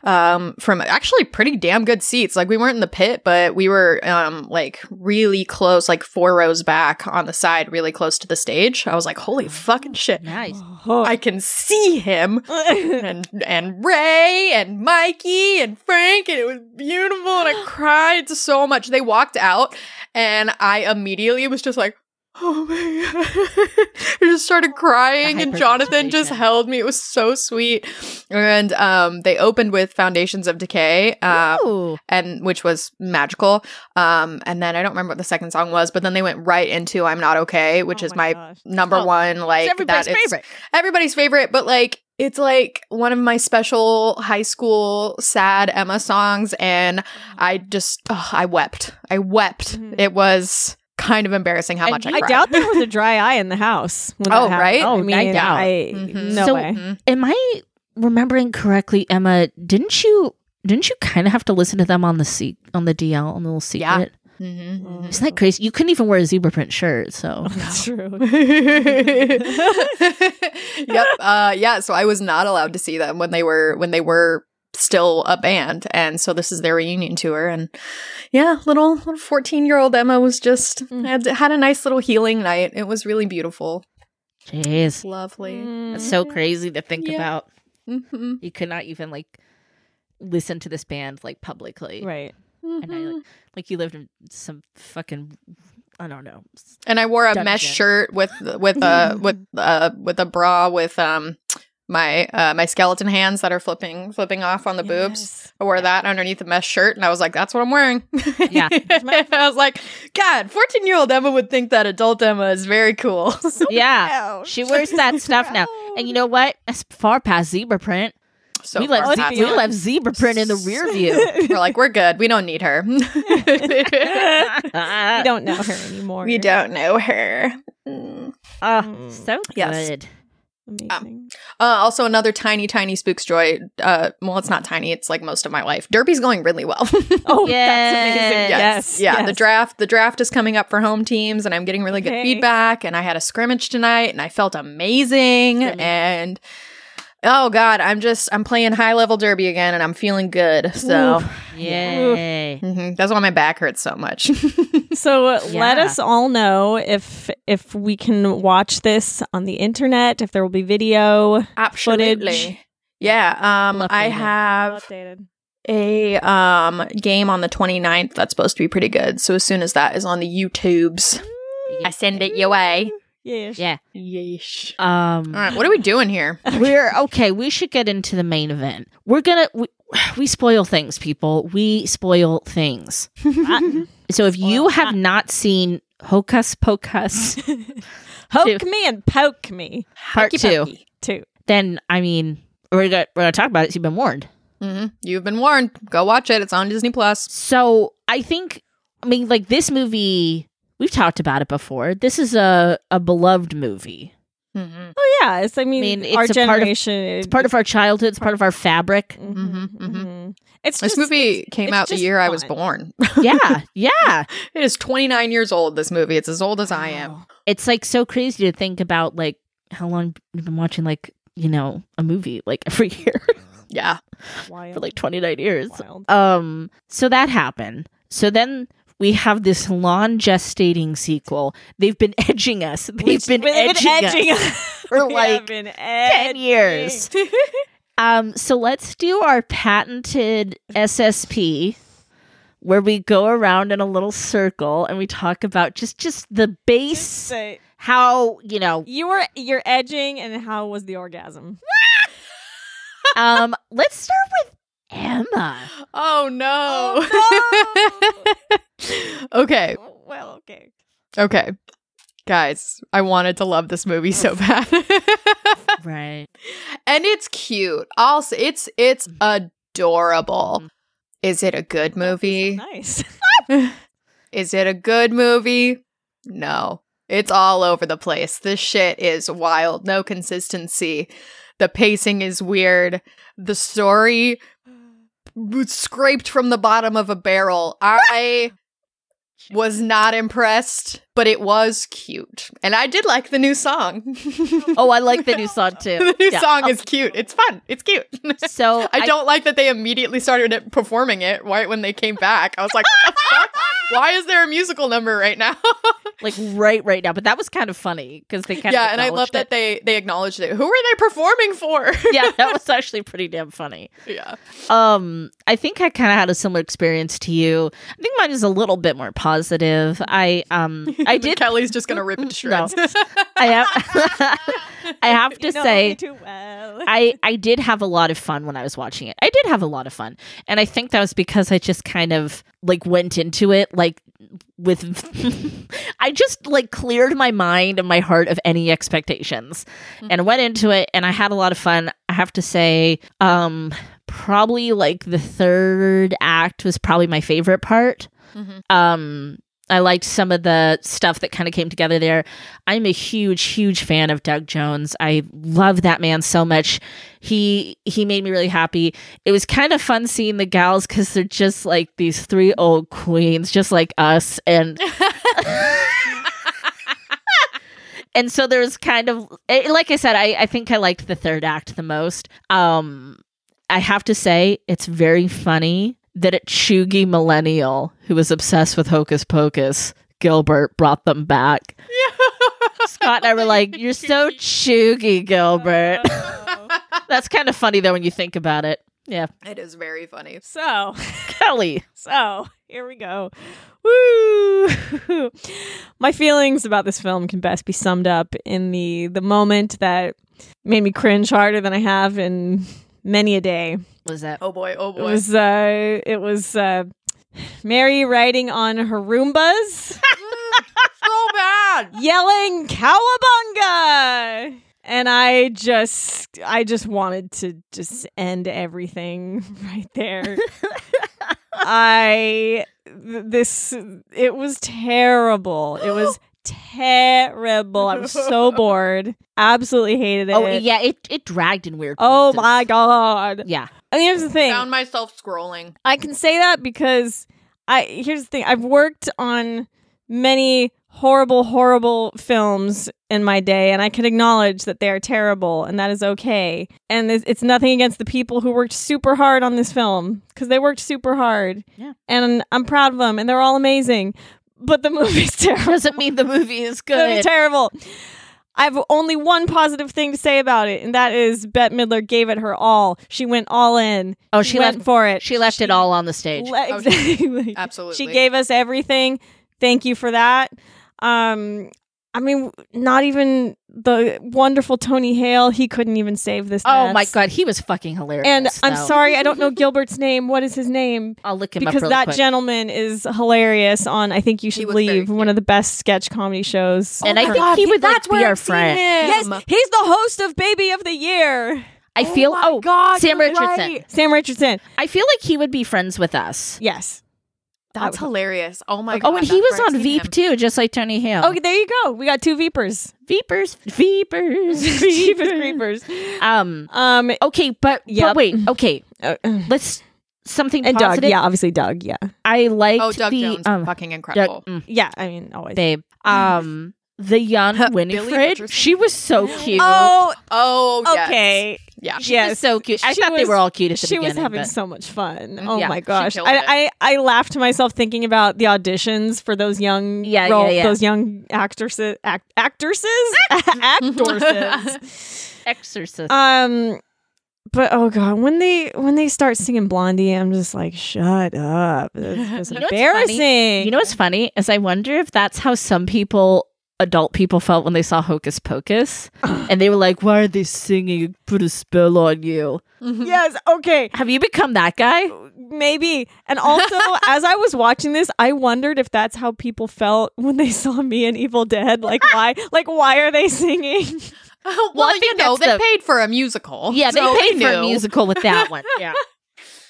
[SPEAKER 3] um from actually pretty damn good seats. Like we weren't in the pit, but we were um like really close, like four rows back on the side, really close to the stage. I was like, "Holy fucking shit.
[SPEAKER 2] Nice.
[SPEAKER 1] Oh.
[SPEAKER 3] I can see him." and and Ray and Mikey and Frank and it was beautiful and
[SPEAKER 2] (gasps)
[SPEAKER 3] I cried so much. They walked out and I immediately was just like, oh my god! (laughs) I just started crying
[SPEAKER 2] The
[SPEAKER 3] and Jonathan just
[SPEAKER 2] hyperventilation.
[SPEAKER 3] held me. It was so sweet. And um, they opened with Foundations of Decay. Um,
[SPEAKER 2] Ooh.
[SPEAKER 3] and which was magical. Um, and then I don't remember what the second song was, but then they went right into I'm Not Okay, which
[SPEAKER 1] Oh
[SPEAKER 3] is
[SPEAKER 1] my
[SPEAKER 3] my
[SPEAKER 1] gosh.
[SPEAKER 3] number
[SPEAKER 2] Oh,
[SPEAKER 3] one like
[SPEAKER 2] it's everybody's
[SPEAKER 3] that is-
[SPEAKER 2] favorite.
[SPEAKER 3] everybody's favorite, but like it's like one of my special high school sad Emma songs, and
[SPEAKER 1] Mm-hmm.
[SPEAKER 3] I just ugh, I wept. I wept.
[SPEAKER 1] Mhm.
[SPEAKER 3] It was kind of embarrassing how
[SPEAKER 2] And
[SPEAKER 3] much I
[SPEAKER 2] you-
[SPEAKER 1] I
[SPEAKER 3] cried.
[SPEAKER 1] doubt there was a dry eye in the house. When
[SPEAKER 3] Oh,
[SPEAKER 1] that happened.
[SPEAKER 3] right?
[SPEAKER 1] I
[SPEAKER 2] Oh,
[SPEAKER 1] mean,
[SPEAKER 2] I doubt.
[SPEAKER 1] I
[SPEAKER 3] Mhm.
[SPEAKER 1] no
[SPEAKER 2] So-
[SPEAKER 3] (laughs)
[SPEAKER 1] way.
[SPEAKER 3] Mhm.
[SPEAKER 2] Am I remembering correctly, Emma? Didn't you didn't you kind of have to listen to them on the se- on the DL on the little secret?
[SPEAKER 3] Yeah. Mhm. Mhm.
[SPEAKER 2] Isn't that crazy? You couldn't even wear a zebra print shirt, so
[SPEAKER 1] Oh, That's
[SPEAKER 3] (laughs)
[SPEAKER 1] true. (laughs)
[SPEAKER 3] yep. Uh, yeah. So I was not allowed to see them when they were when they were still a band, and so this is their reunion tour. And yeah, little little fourteen year old Emma was just
[SPEAKER 1] Mm.
[SPEAKER 3] had had a nice little healing night. It was really beautiful,
[SPEAKER 2] jeez,
[SPEAKER 3] lovely.
[SPEAKER 1] Mm-hmm.
[SPEAKER 2] that's so crazy to think
[SPEAKER 3] Yeah.
[SPEAKER 2] about.
[SPEAKER 3] Mm-hmm.
[SPEAKER 2] You could not even like listen to this band like publicly,
[SPEAKER 1] Right.
[SPEAKER 2] And I like like you lived in some fucking I don't know.
[SPEAKER 3] And I wore a mesh
[SPEAKER 2] Dungeon.
[SPEAKER 3] shirt with with
[SPEAKER 2] (laughs)
[SPEAKER 3] a with uh with a bra with um my uh my skeleton hands that are flipping flipping off on the boobs. I wore that underneath a mesh shirt, and I was like, "That's what I'm wearing." (laughs)
[SPEAKER 2] Yeah.
[SPEAKER 3] I was like, "God, 14 year old Emma would think that adult Emma is very cool."
[SPEAKER 2] (laughs)
[SPEAKER 3] (laughs)
[SPEAKER 2] Yeah,
[SPEAKER 1] Ouch.
[SPEAKER 2] (laughs) she wears that stuff now, and you know what? That's far past zebra print.
[SPEAKER 3] so
[SPEAKER 2] we left
[SPEAKER 1] far
[SPEAKER 2] ze-
[SPEAKER 1] past
[SPEAKER 2] we
[SPEAKER 1] beyond.
[SPEAKER 2] left zebra print in the rear view. (laughs)
[SPEAKER 3] we're like, "We're good. We don't need her.
[SPEAKER 1] (laughs) we don't know her anymore.
[SPEAKER 3] (laughs) we don't know her." Mm.
[SPEAKER 2] Oh,
[SPEAKER 1] Mm.
[SPEAKER 2] so
[SPEAKER 3] Yes.
[SPEAKER 2] good.
[SPEAKER 1] Amazing.
[SPEAKER 3] Uh, also, another tiny, tiny spooks joy. Uh, well, it's not tiny. It's like most of my life. Derby's going really well. (laughs)
[SPEAKER 1] oh,
[SPEAKER 2] Yes.
[SPEAKER 1] that's amazing. Yes.
[SPEAKER 3] yeah. The
[SPEAKER 1] yes.
[SPEAKER 3] draft, the draft is coming up for home teams, and I'm getting really good
[SPEAKER 1] Okay.
[SPEAKER 3] feedback. And I had a scrimmage tonight, and I felt amazing. And oh god, I'm just I'm playing high level derby again, and I'm feeling good. So
[SPEAKER 2] Yay.
[SPEAKER 3] mhm, that's why my back hurts so much. (laughs)
[SPEAKER 1] So uh, let
[SPEAKER 2] Yeah.
[SPEAKER 1] us all know if if we can watch this on the internet, if there will be video.
[SPEAKER 3] Absolutely. Yeah. Um,
[SPEAKER 2] Lovely.
[SPEAKER 3] I have
[SPEAKER 1] Updated.
[SPEAKER 3] a um game on the 29th that's supposed to be pretty good. So as soon as that is on the YouTubes, I send it your way.
[SPEAKER 1] Yes.
[SPEAKER 2] Yeah.
[SPEAKER 3] Yeesh.
[SPEAKER 2] Um
[SPEAKER 3] All right, what are we doing here?
[SPEAKER 2] we're okay, we should get into the main event. We're going to we, we spoil things, people. We spoil things. Uh,
[SPEAKER 1] Rotten.
[SPEAKER 2] So if you
[SPEAKER 1] Spoil
[SPEAKER 2] have
[SPEAKER 1] rotten.
[SPEAKER 2] not seen Hocus
[SPEAKER 1] (laughs)
[SPEAKER 2] Pocus
[SPEAKER 1] Uh,
[SPEAKER 3] (laughs)
[SPEAKER 1] Poke me and poke me
[SPEAKER 2] part 2,
[SPEAKER 1] too.
[SPEAKER 2] then I mean, we're going to we're going to talk about it. so You've been warned.
[SPEAKER 3] hmm You've been warned. Go watch it. It's on Disney Plus.
[SPEAKER 2] So I think, I mean, like this movie, we've talked about it before. This is a, a beloved movie.
[SPEAKER 3] Mm-hmm.
[SPEAKER 1] Oh yeah, it's I mean,
[SPEAKER 2] mean, it's
[SPEAKER 1] our
[SPEAKER 2] a part of-
[SPEAKER 1] generation.
[SPEAKER 2] It's part of our childhood. It's part of Mm-hmm,
[SPEAKER 1] (laughs)
[SPEAKER 2] our fabric.
[SPEAKER 1] Mhm,
[SPEAKER 3] Mhm, mhm.
[SPEAKER 1] mhm. It's
[SPEAKER 3] This
[SPEAKER 1] just-
[SPEAKER 3] movie came
[SPEAKER 1] it's
[SPEAKER 3] out the
[SPEAKER 1] just
[SPEAKER 3] year I was
[SPEAKER 1] fun.
[SPEAKER 3] born. (laughs)
[SPEAKER 2] Yeah, yeah.
[SPEAKER 3] it is 29 years old. This movie. It's as old as I am.
[SPEAKER 2] It's like so crazy to think about, like how long we've been watching, like you know, a movie like (laughs) every year
[SPEAKER 3] Yeah.
[SPEAKER 1] Wild.
[SPEAKER 2] for like twenty nine years.
[SPEAKER 1] Wild.
[SPEAKER 2] Um. So that happened. So then. We have this long gestating sequel. They've been (laughs) edging us. They've
[SPEAKER 1] Which-
[SPEAKER 2] been,
[SPEAKER 1] we've
[SPEAKER 2] edging, us (laughs) for
[SPEAKER 1] We
[SPEAKER 2] like
[SPEAKER 1] have been
[SPEAKER 2] 10
[SPEAKER 1] edging. (laughs)
[SPEAKER 2] years. um, so let's do our patented SSP where we go around in a little circle and we talk about just just the base
[SPEAKER 1] Say,
[SPEAKER 2] how, you know,
[SPEAKER 1] You were you're edging, and how was the orgasm?
[SPEAKER 2] um let's start with Emma.
[SPEAKER 3] Oh no.
[SPEAKER 1] Oh,
[SPEAKER 3] (laughs) okay.
[SPEAKER 1] (laughs) well, okay.
[SPEAKER 3] Okay. Guys, I wanted to love this
[SPEAKER 1] (laughs)
[SPEAKER 3] movie so bad. (laughs)
[SPEAKER 2] Right.
[SPEAKER 3] and it's cute. Also, it's it's
[SPEAKER 1] Mm.
[SPEAKER 3] adorable. Is it a good movie?
[SPEAKER 1] Nice.
[SPEAKER 3] Is it a good movie? No. It's all over the place. This shit is wild. No consistency. The pacing is weird. The story was scraped from the bottom of a barrel.
[SPEAKER 2] (laughs)
[SPEAKER 3] I was not impressed, but it was cute. And I did like the new song.
[SPEAKER 2] Oh, I like
[SPEAKER 3] (laughs)
[SPEAKER 2] the new song too.
[SPEAKER 3] the new
[SPEAKER 2] Yeah. Oh.
[SPEAKER 3] song is cute. It's fun. It's cute.
[SPEAKER 2] (laughs)
[SPEAKER 3] (laughs)
[SPEAKER 2] So
[SPEAKER 3] I don't like that they immediately started it- performing it right when they came back. I was like, what the fuck? Why is there a musical number right now? (laughs)
[SPEAKER 2] like right right now, but that was kind of funny because they kind of
[SPEAKER 3] yeah, and I love
[SPEAKER 2] acknowledged
[SPEAKER 3] that they they acknowledged it. Who are they performing for? (laughs)
[SPEAKER 2] it. yeah, that was actually pretty damn funny.
[SPEAKER 3] yeah.
[SPEAKER 2] Um, I think I kind of had a similar experience to you. I think mine is a little bit more positive. I
[SPEAKER 3] (laughs)
[SPEAKER 2] um I did
[SPEAKER 3] Kelly's just gonna rip it to
[SPEAKER 2] Mm, No.
[SPEAKER 3] shreds. (laughs)
[SPEAKER 2] I have (laughs) I have to
[SPEAKER 1] (laughs) You know
[SPEAKER 2] say
[SPEAKER 1] me too well.
[SPEAKER 2] (laughs) I, I did have a lot of fun when I was watching it. I did have a lot of fun. And I think that was because I just kind of like went into it like with (laughs) I just like cleared my mind and my heart of any expectations and went into it and I had a lot of fun. I have to say um probably like the third act was probably my favorite part.
[SPEAKER 3] Mhm.
[SPEAKER 2] Um I liked some of the stuff that kind of came together there. I'm a huge, huge fan of Doug Jones. I love that man so much. He he made me really happy. It was kind of fun seeing the gals because they're just like these three old queens, just like us, and and so there was kind of eh, like I said, I I think I liked the third act the most. Um, I have to say it's very funny that a Chugi millennial who was obsessed with Hocus Pocus. Gilbert brought them back. Scott and I were like, "You're so chuggy, Gilbert." (laughs) That's kind of funny though when you think about it. Yeah,
[SPEAKER 3] it is very funny.
[SPEAKER 1] so,
[SPEAKER 2] Kelly.
[SPEAKER 1] so (laughs) here we go. Woo! (laughs) My feelings about this film can best be summed up in the the moment that made me cringe harder than I have in many a day.
[SPEAKER 2] Was that?
[SPEAKER 3] Oh boy, oh
[SPEAKER 1] It
[SPEAKER 3] boy.
[SPEAKER 1] was uh, it was uh, Mary riding on her Roombas,
[SPEAKER 3] (laughs) so
[SPEAKER 2] (laughs)
[SPEAKER 3] bad.
[SPEAKER 1] yelling "Cowabunga!" And I just, I just wanted to just end everything (laughs) right there. I th- this it was terrible. It was terrible. I was
[SPEAKER 2] (laughs)
[SPEAKER 1] so bored. Absolutely hated it.
[SPEAKER 2] Oh yeah, it it dragged in weird.
[SPEAKER 1] Oh
[SPEAKER 2] places.
[SPEAKER 1] my god.
[SPEAKER 2] Yeah,
[SPEAKER 1] And here's the thing.
[SPEAKER 3] Found myself scrolling.
[SPEAKER 1] I can say that because I here's the thing. I've worked on many horrible, horrible films in my day, and I can acknowledge that they are terrible, and that is okay. And it's, it's nothing against the people who worked super hard on this film because they worked super hard.
[SPEAKER 2] Yeah.
[SPEAKER 1] and I'm proud of them, and they're all amazing. But the (laughs) movie's terrible.
[SPEAKER 2] doesn't mean the movie is
[SPEAKER 1] That'd be
[SPEAKER 2] good.
[SPEAKER 1] terrible. I have only one positive thing to say about it, and that is Bette Midler gave it her all. She went all in.
[SPEAKER 2] Oh, she
[SPEAKER 1] went
[SPEAKER 2] left-
[SPEAKER 1] for it.
[SPEAKER 2] She left it all on the stage.
[SPEAKER 1] Le- (laughs)
[SPEAKER 3] Oh,
[SPEAKER 1] exactly.
[SPEAKER 3] Absolutely.
[SPEAKER 1] She gave us everything. Thank you for that. Um, I mean, not even the wonderful Tony Hale. He couldn't even save this.
[SPEAKER 2] oh
[SPEAKER 1] mess.
[SPEAKER 2] my god, he was fucking hilarious.
[SPEAKER 1] And I'm
[SPEAKER 2] though.
[SPEAKER 1] sorry, I don't know Gilbert's name. What is his name?
[SPEAKER 2] I'll look him up
[SPEAKER 1] Because
[SPEAKER 2] really
[SPEAKER 1] that
[SPEAKER 2] quick.
[SPEAKER 1] gentleman is hilarious on I Think You Should
[SPEAKER 3] was very
[SPEAKER 1] Leave,
[SPEAKER 3] cute.
[SPEAKER 1] one of the best sketch comedy shows.
[SPEAKER 2] And I think he would like be our friend.
[SPEAKER 1] yes, he's the host of Baby of the Year.
[SPEAKER 2] I feel
[SPEAKER 3] my
[SPEAKER 2] oh
[SPEAKER 3] God,
[SPEAKER 2] Sam
[SPEAKER 3] you're
[SPEAKER 2] Richardson.
[SPEAKER 3] right.
[SPEAKER 1] Sam Richardson.
[SPEAKER 2] I feel like he would be friends with us.
[SPEAKER 1] Yes.
[SPEAKER 3] That's hilarious. Oh my god.
[SPEAKER 2] Oh, and he was on Veep too, just like Tony Hale.
[SPEAKER 1] Okay, there you go. We got two Veepers. (laughs)
[SPEAKER 2] Veepers, Veepers,
[SPEAKER 1] Jeepers Creepers.
[SPEAKER 2] Um.
[SPEAKER 1] Um,
[SPEAKER 2] Okay, but yeah.
[SPEAKER 1] Yep.
[SPEAKER 2] But wait. Okay,
[SPEAKER 1] uh,
[SPEAKER 2] let's something
[SPEAKER 1] and
[SPEAKER 2] positive.
[SPEAKER 1] Doug, yeah, obviously Doug, yeah,
[SPEAKER 2] I like
[SPEAKER 3] Oh, Doug
[SPEAKER 2] the
[SPEAKER 3] Jones.
[SPEAKER 2] um,
[SPEAKER 3] fucking
[SPEAKER 2] Doug-
[SPEAKER 3] incredible.
[SPEAKER 2] mm,
[SPEAKER 1] yeah. I mean, always.
[SPEAKER 2] babe. Um. The young
[SPEAKER 3] (laughs) Billy
[SPEAKER 2] Winifred,
[SPEAKER 3] Richardson.
[SPEAKER 2] she was
[SPEAKER 3] (gasps)
[SPEAKER 2] so cute.
[SPEAKER 1] oh,
[SPEAKER 3] Oh, yes.
[SPEAKER 1] okay.
[SPEAKER 3] Yeah.
[SPEAKER 2] She
[SPEAKER 1] Yes.
[SPEAKER 2] was so cute. I
[SPEAKER 1] She
[SPEAKER 2] thought they
[SPEAKER 1] was-
[SPEAKER 2] were all cute at the
[SPEAKER 1] She
[SPEAKER 2] beginning.
[SPEAKER 1] was having
[SPEAKER 2] but- Mm,
[SPEAKER 1] so much fun. Oh
[SPEAKER 2] Yeah,
[SPEAKER 1] my
[SPEAKER 3] she
[SPEAKER 1] gosh,
[SPEAKER 3] killed it.
[SPEAKER 1] I, I I laughed to myself thinking about the auditions for those young
[SPEAKER 2] Yeah, yeah,
[SPEAKER 1] role-
[SPEAKER 2] yeah.
[SPEAKER 1] those young actresses act,
[SPEAKER 2] (laughs)
[SPEAKER 1] actresses actresses.
[SPEAKER 2] Exorcist.
[SPEAKER 1] um, but oh god, when they when they start singing Blondie, I'm just like, shut up. It's, it's
[SPEAKER 2] (laughs) You know what's funny?
[SPEAKER 1] embarrassing.
[SPEAKER 2] you know what's funny is I wonder if that's how some people adult people felt when they saw
[SPEAKER 1] (sighs)
[SPEAKER 2] Hocus Pocus. and they were like, Why are they singing Put a Spell on You?
[SPEAKER 1] yes. Okay.
[SPEAKER 2] Have you become that guy?
[SPEAKER 1] Maybe. And
[SPEAKER 3] (laughs)
[SPEAKER 1] also, as I was watching this, I wondered if that's how people felt when they saw me in Evil Dead. Like why? Like why are they
[SPEAKER 3] (laughs)
[SPEAKER 1] singing?
[SPEAKER 3] (laughs) well,
[SPEAKER 2] Well, I
[SPEAKER 3] you
[SPEAKER 2] think
[SPEAKER 3] know,
[SPEAKER 2] that's
[SPEAKER 3] they
[SPEAKER 2] the-
[SPEAKER 3] paid for a musical.
[SPEAKER 2] Yeah, they
[SPEAKER 3] so
[SPEAKER 2] paid for a
[SPEAKER 3] knew.
[SPEAKER 2] musical with that one. Yeah. (laughs)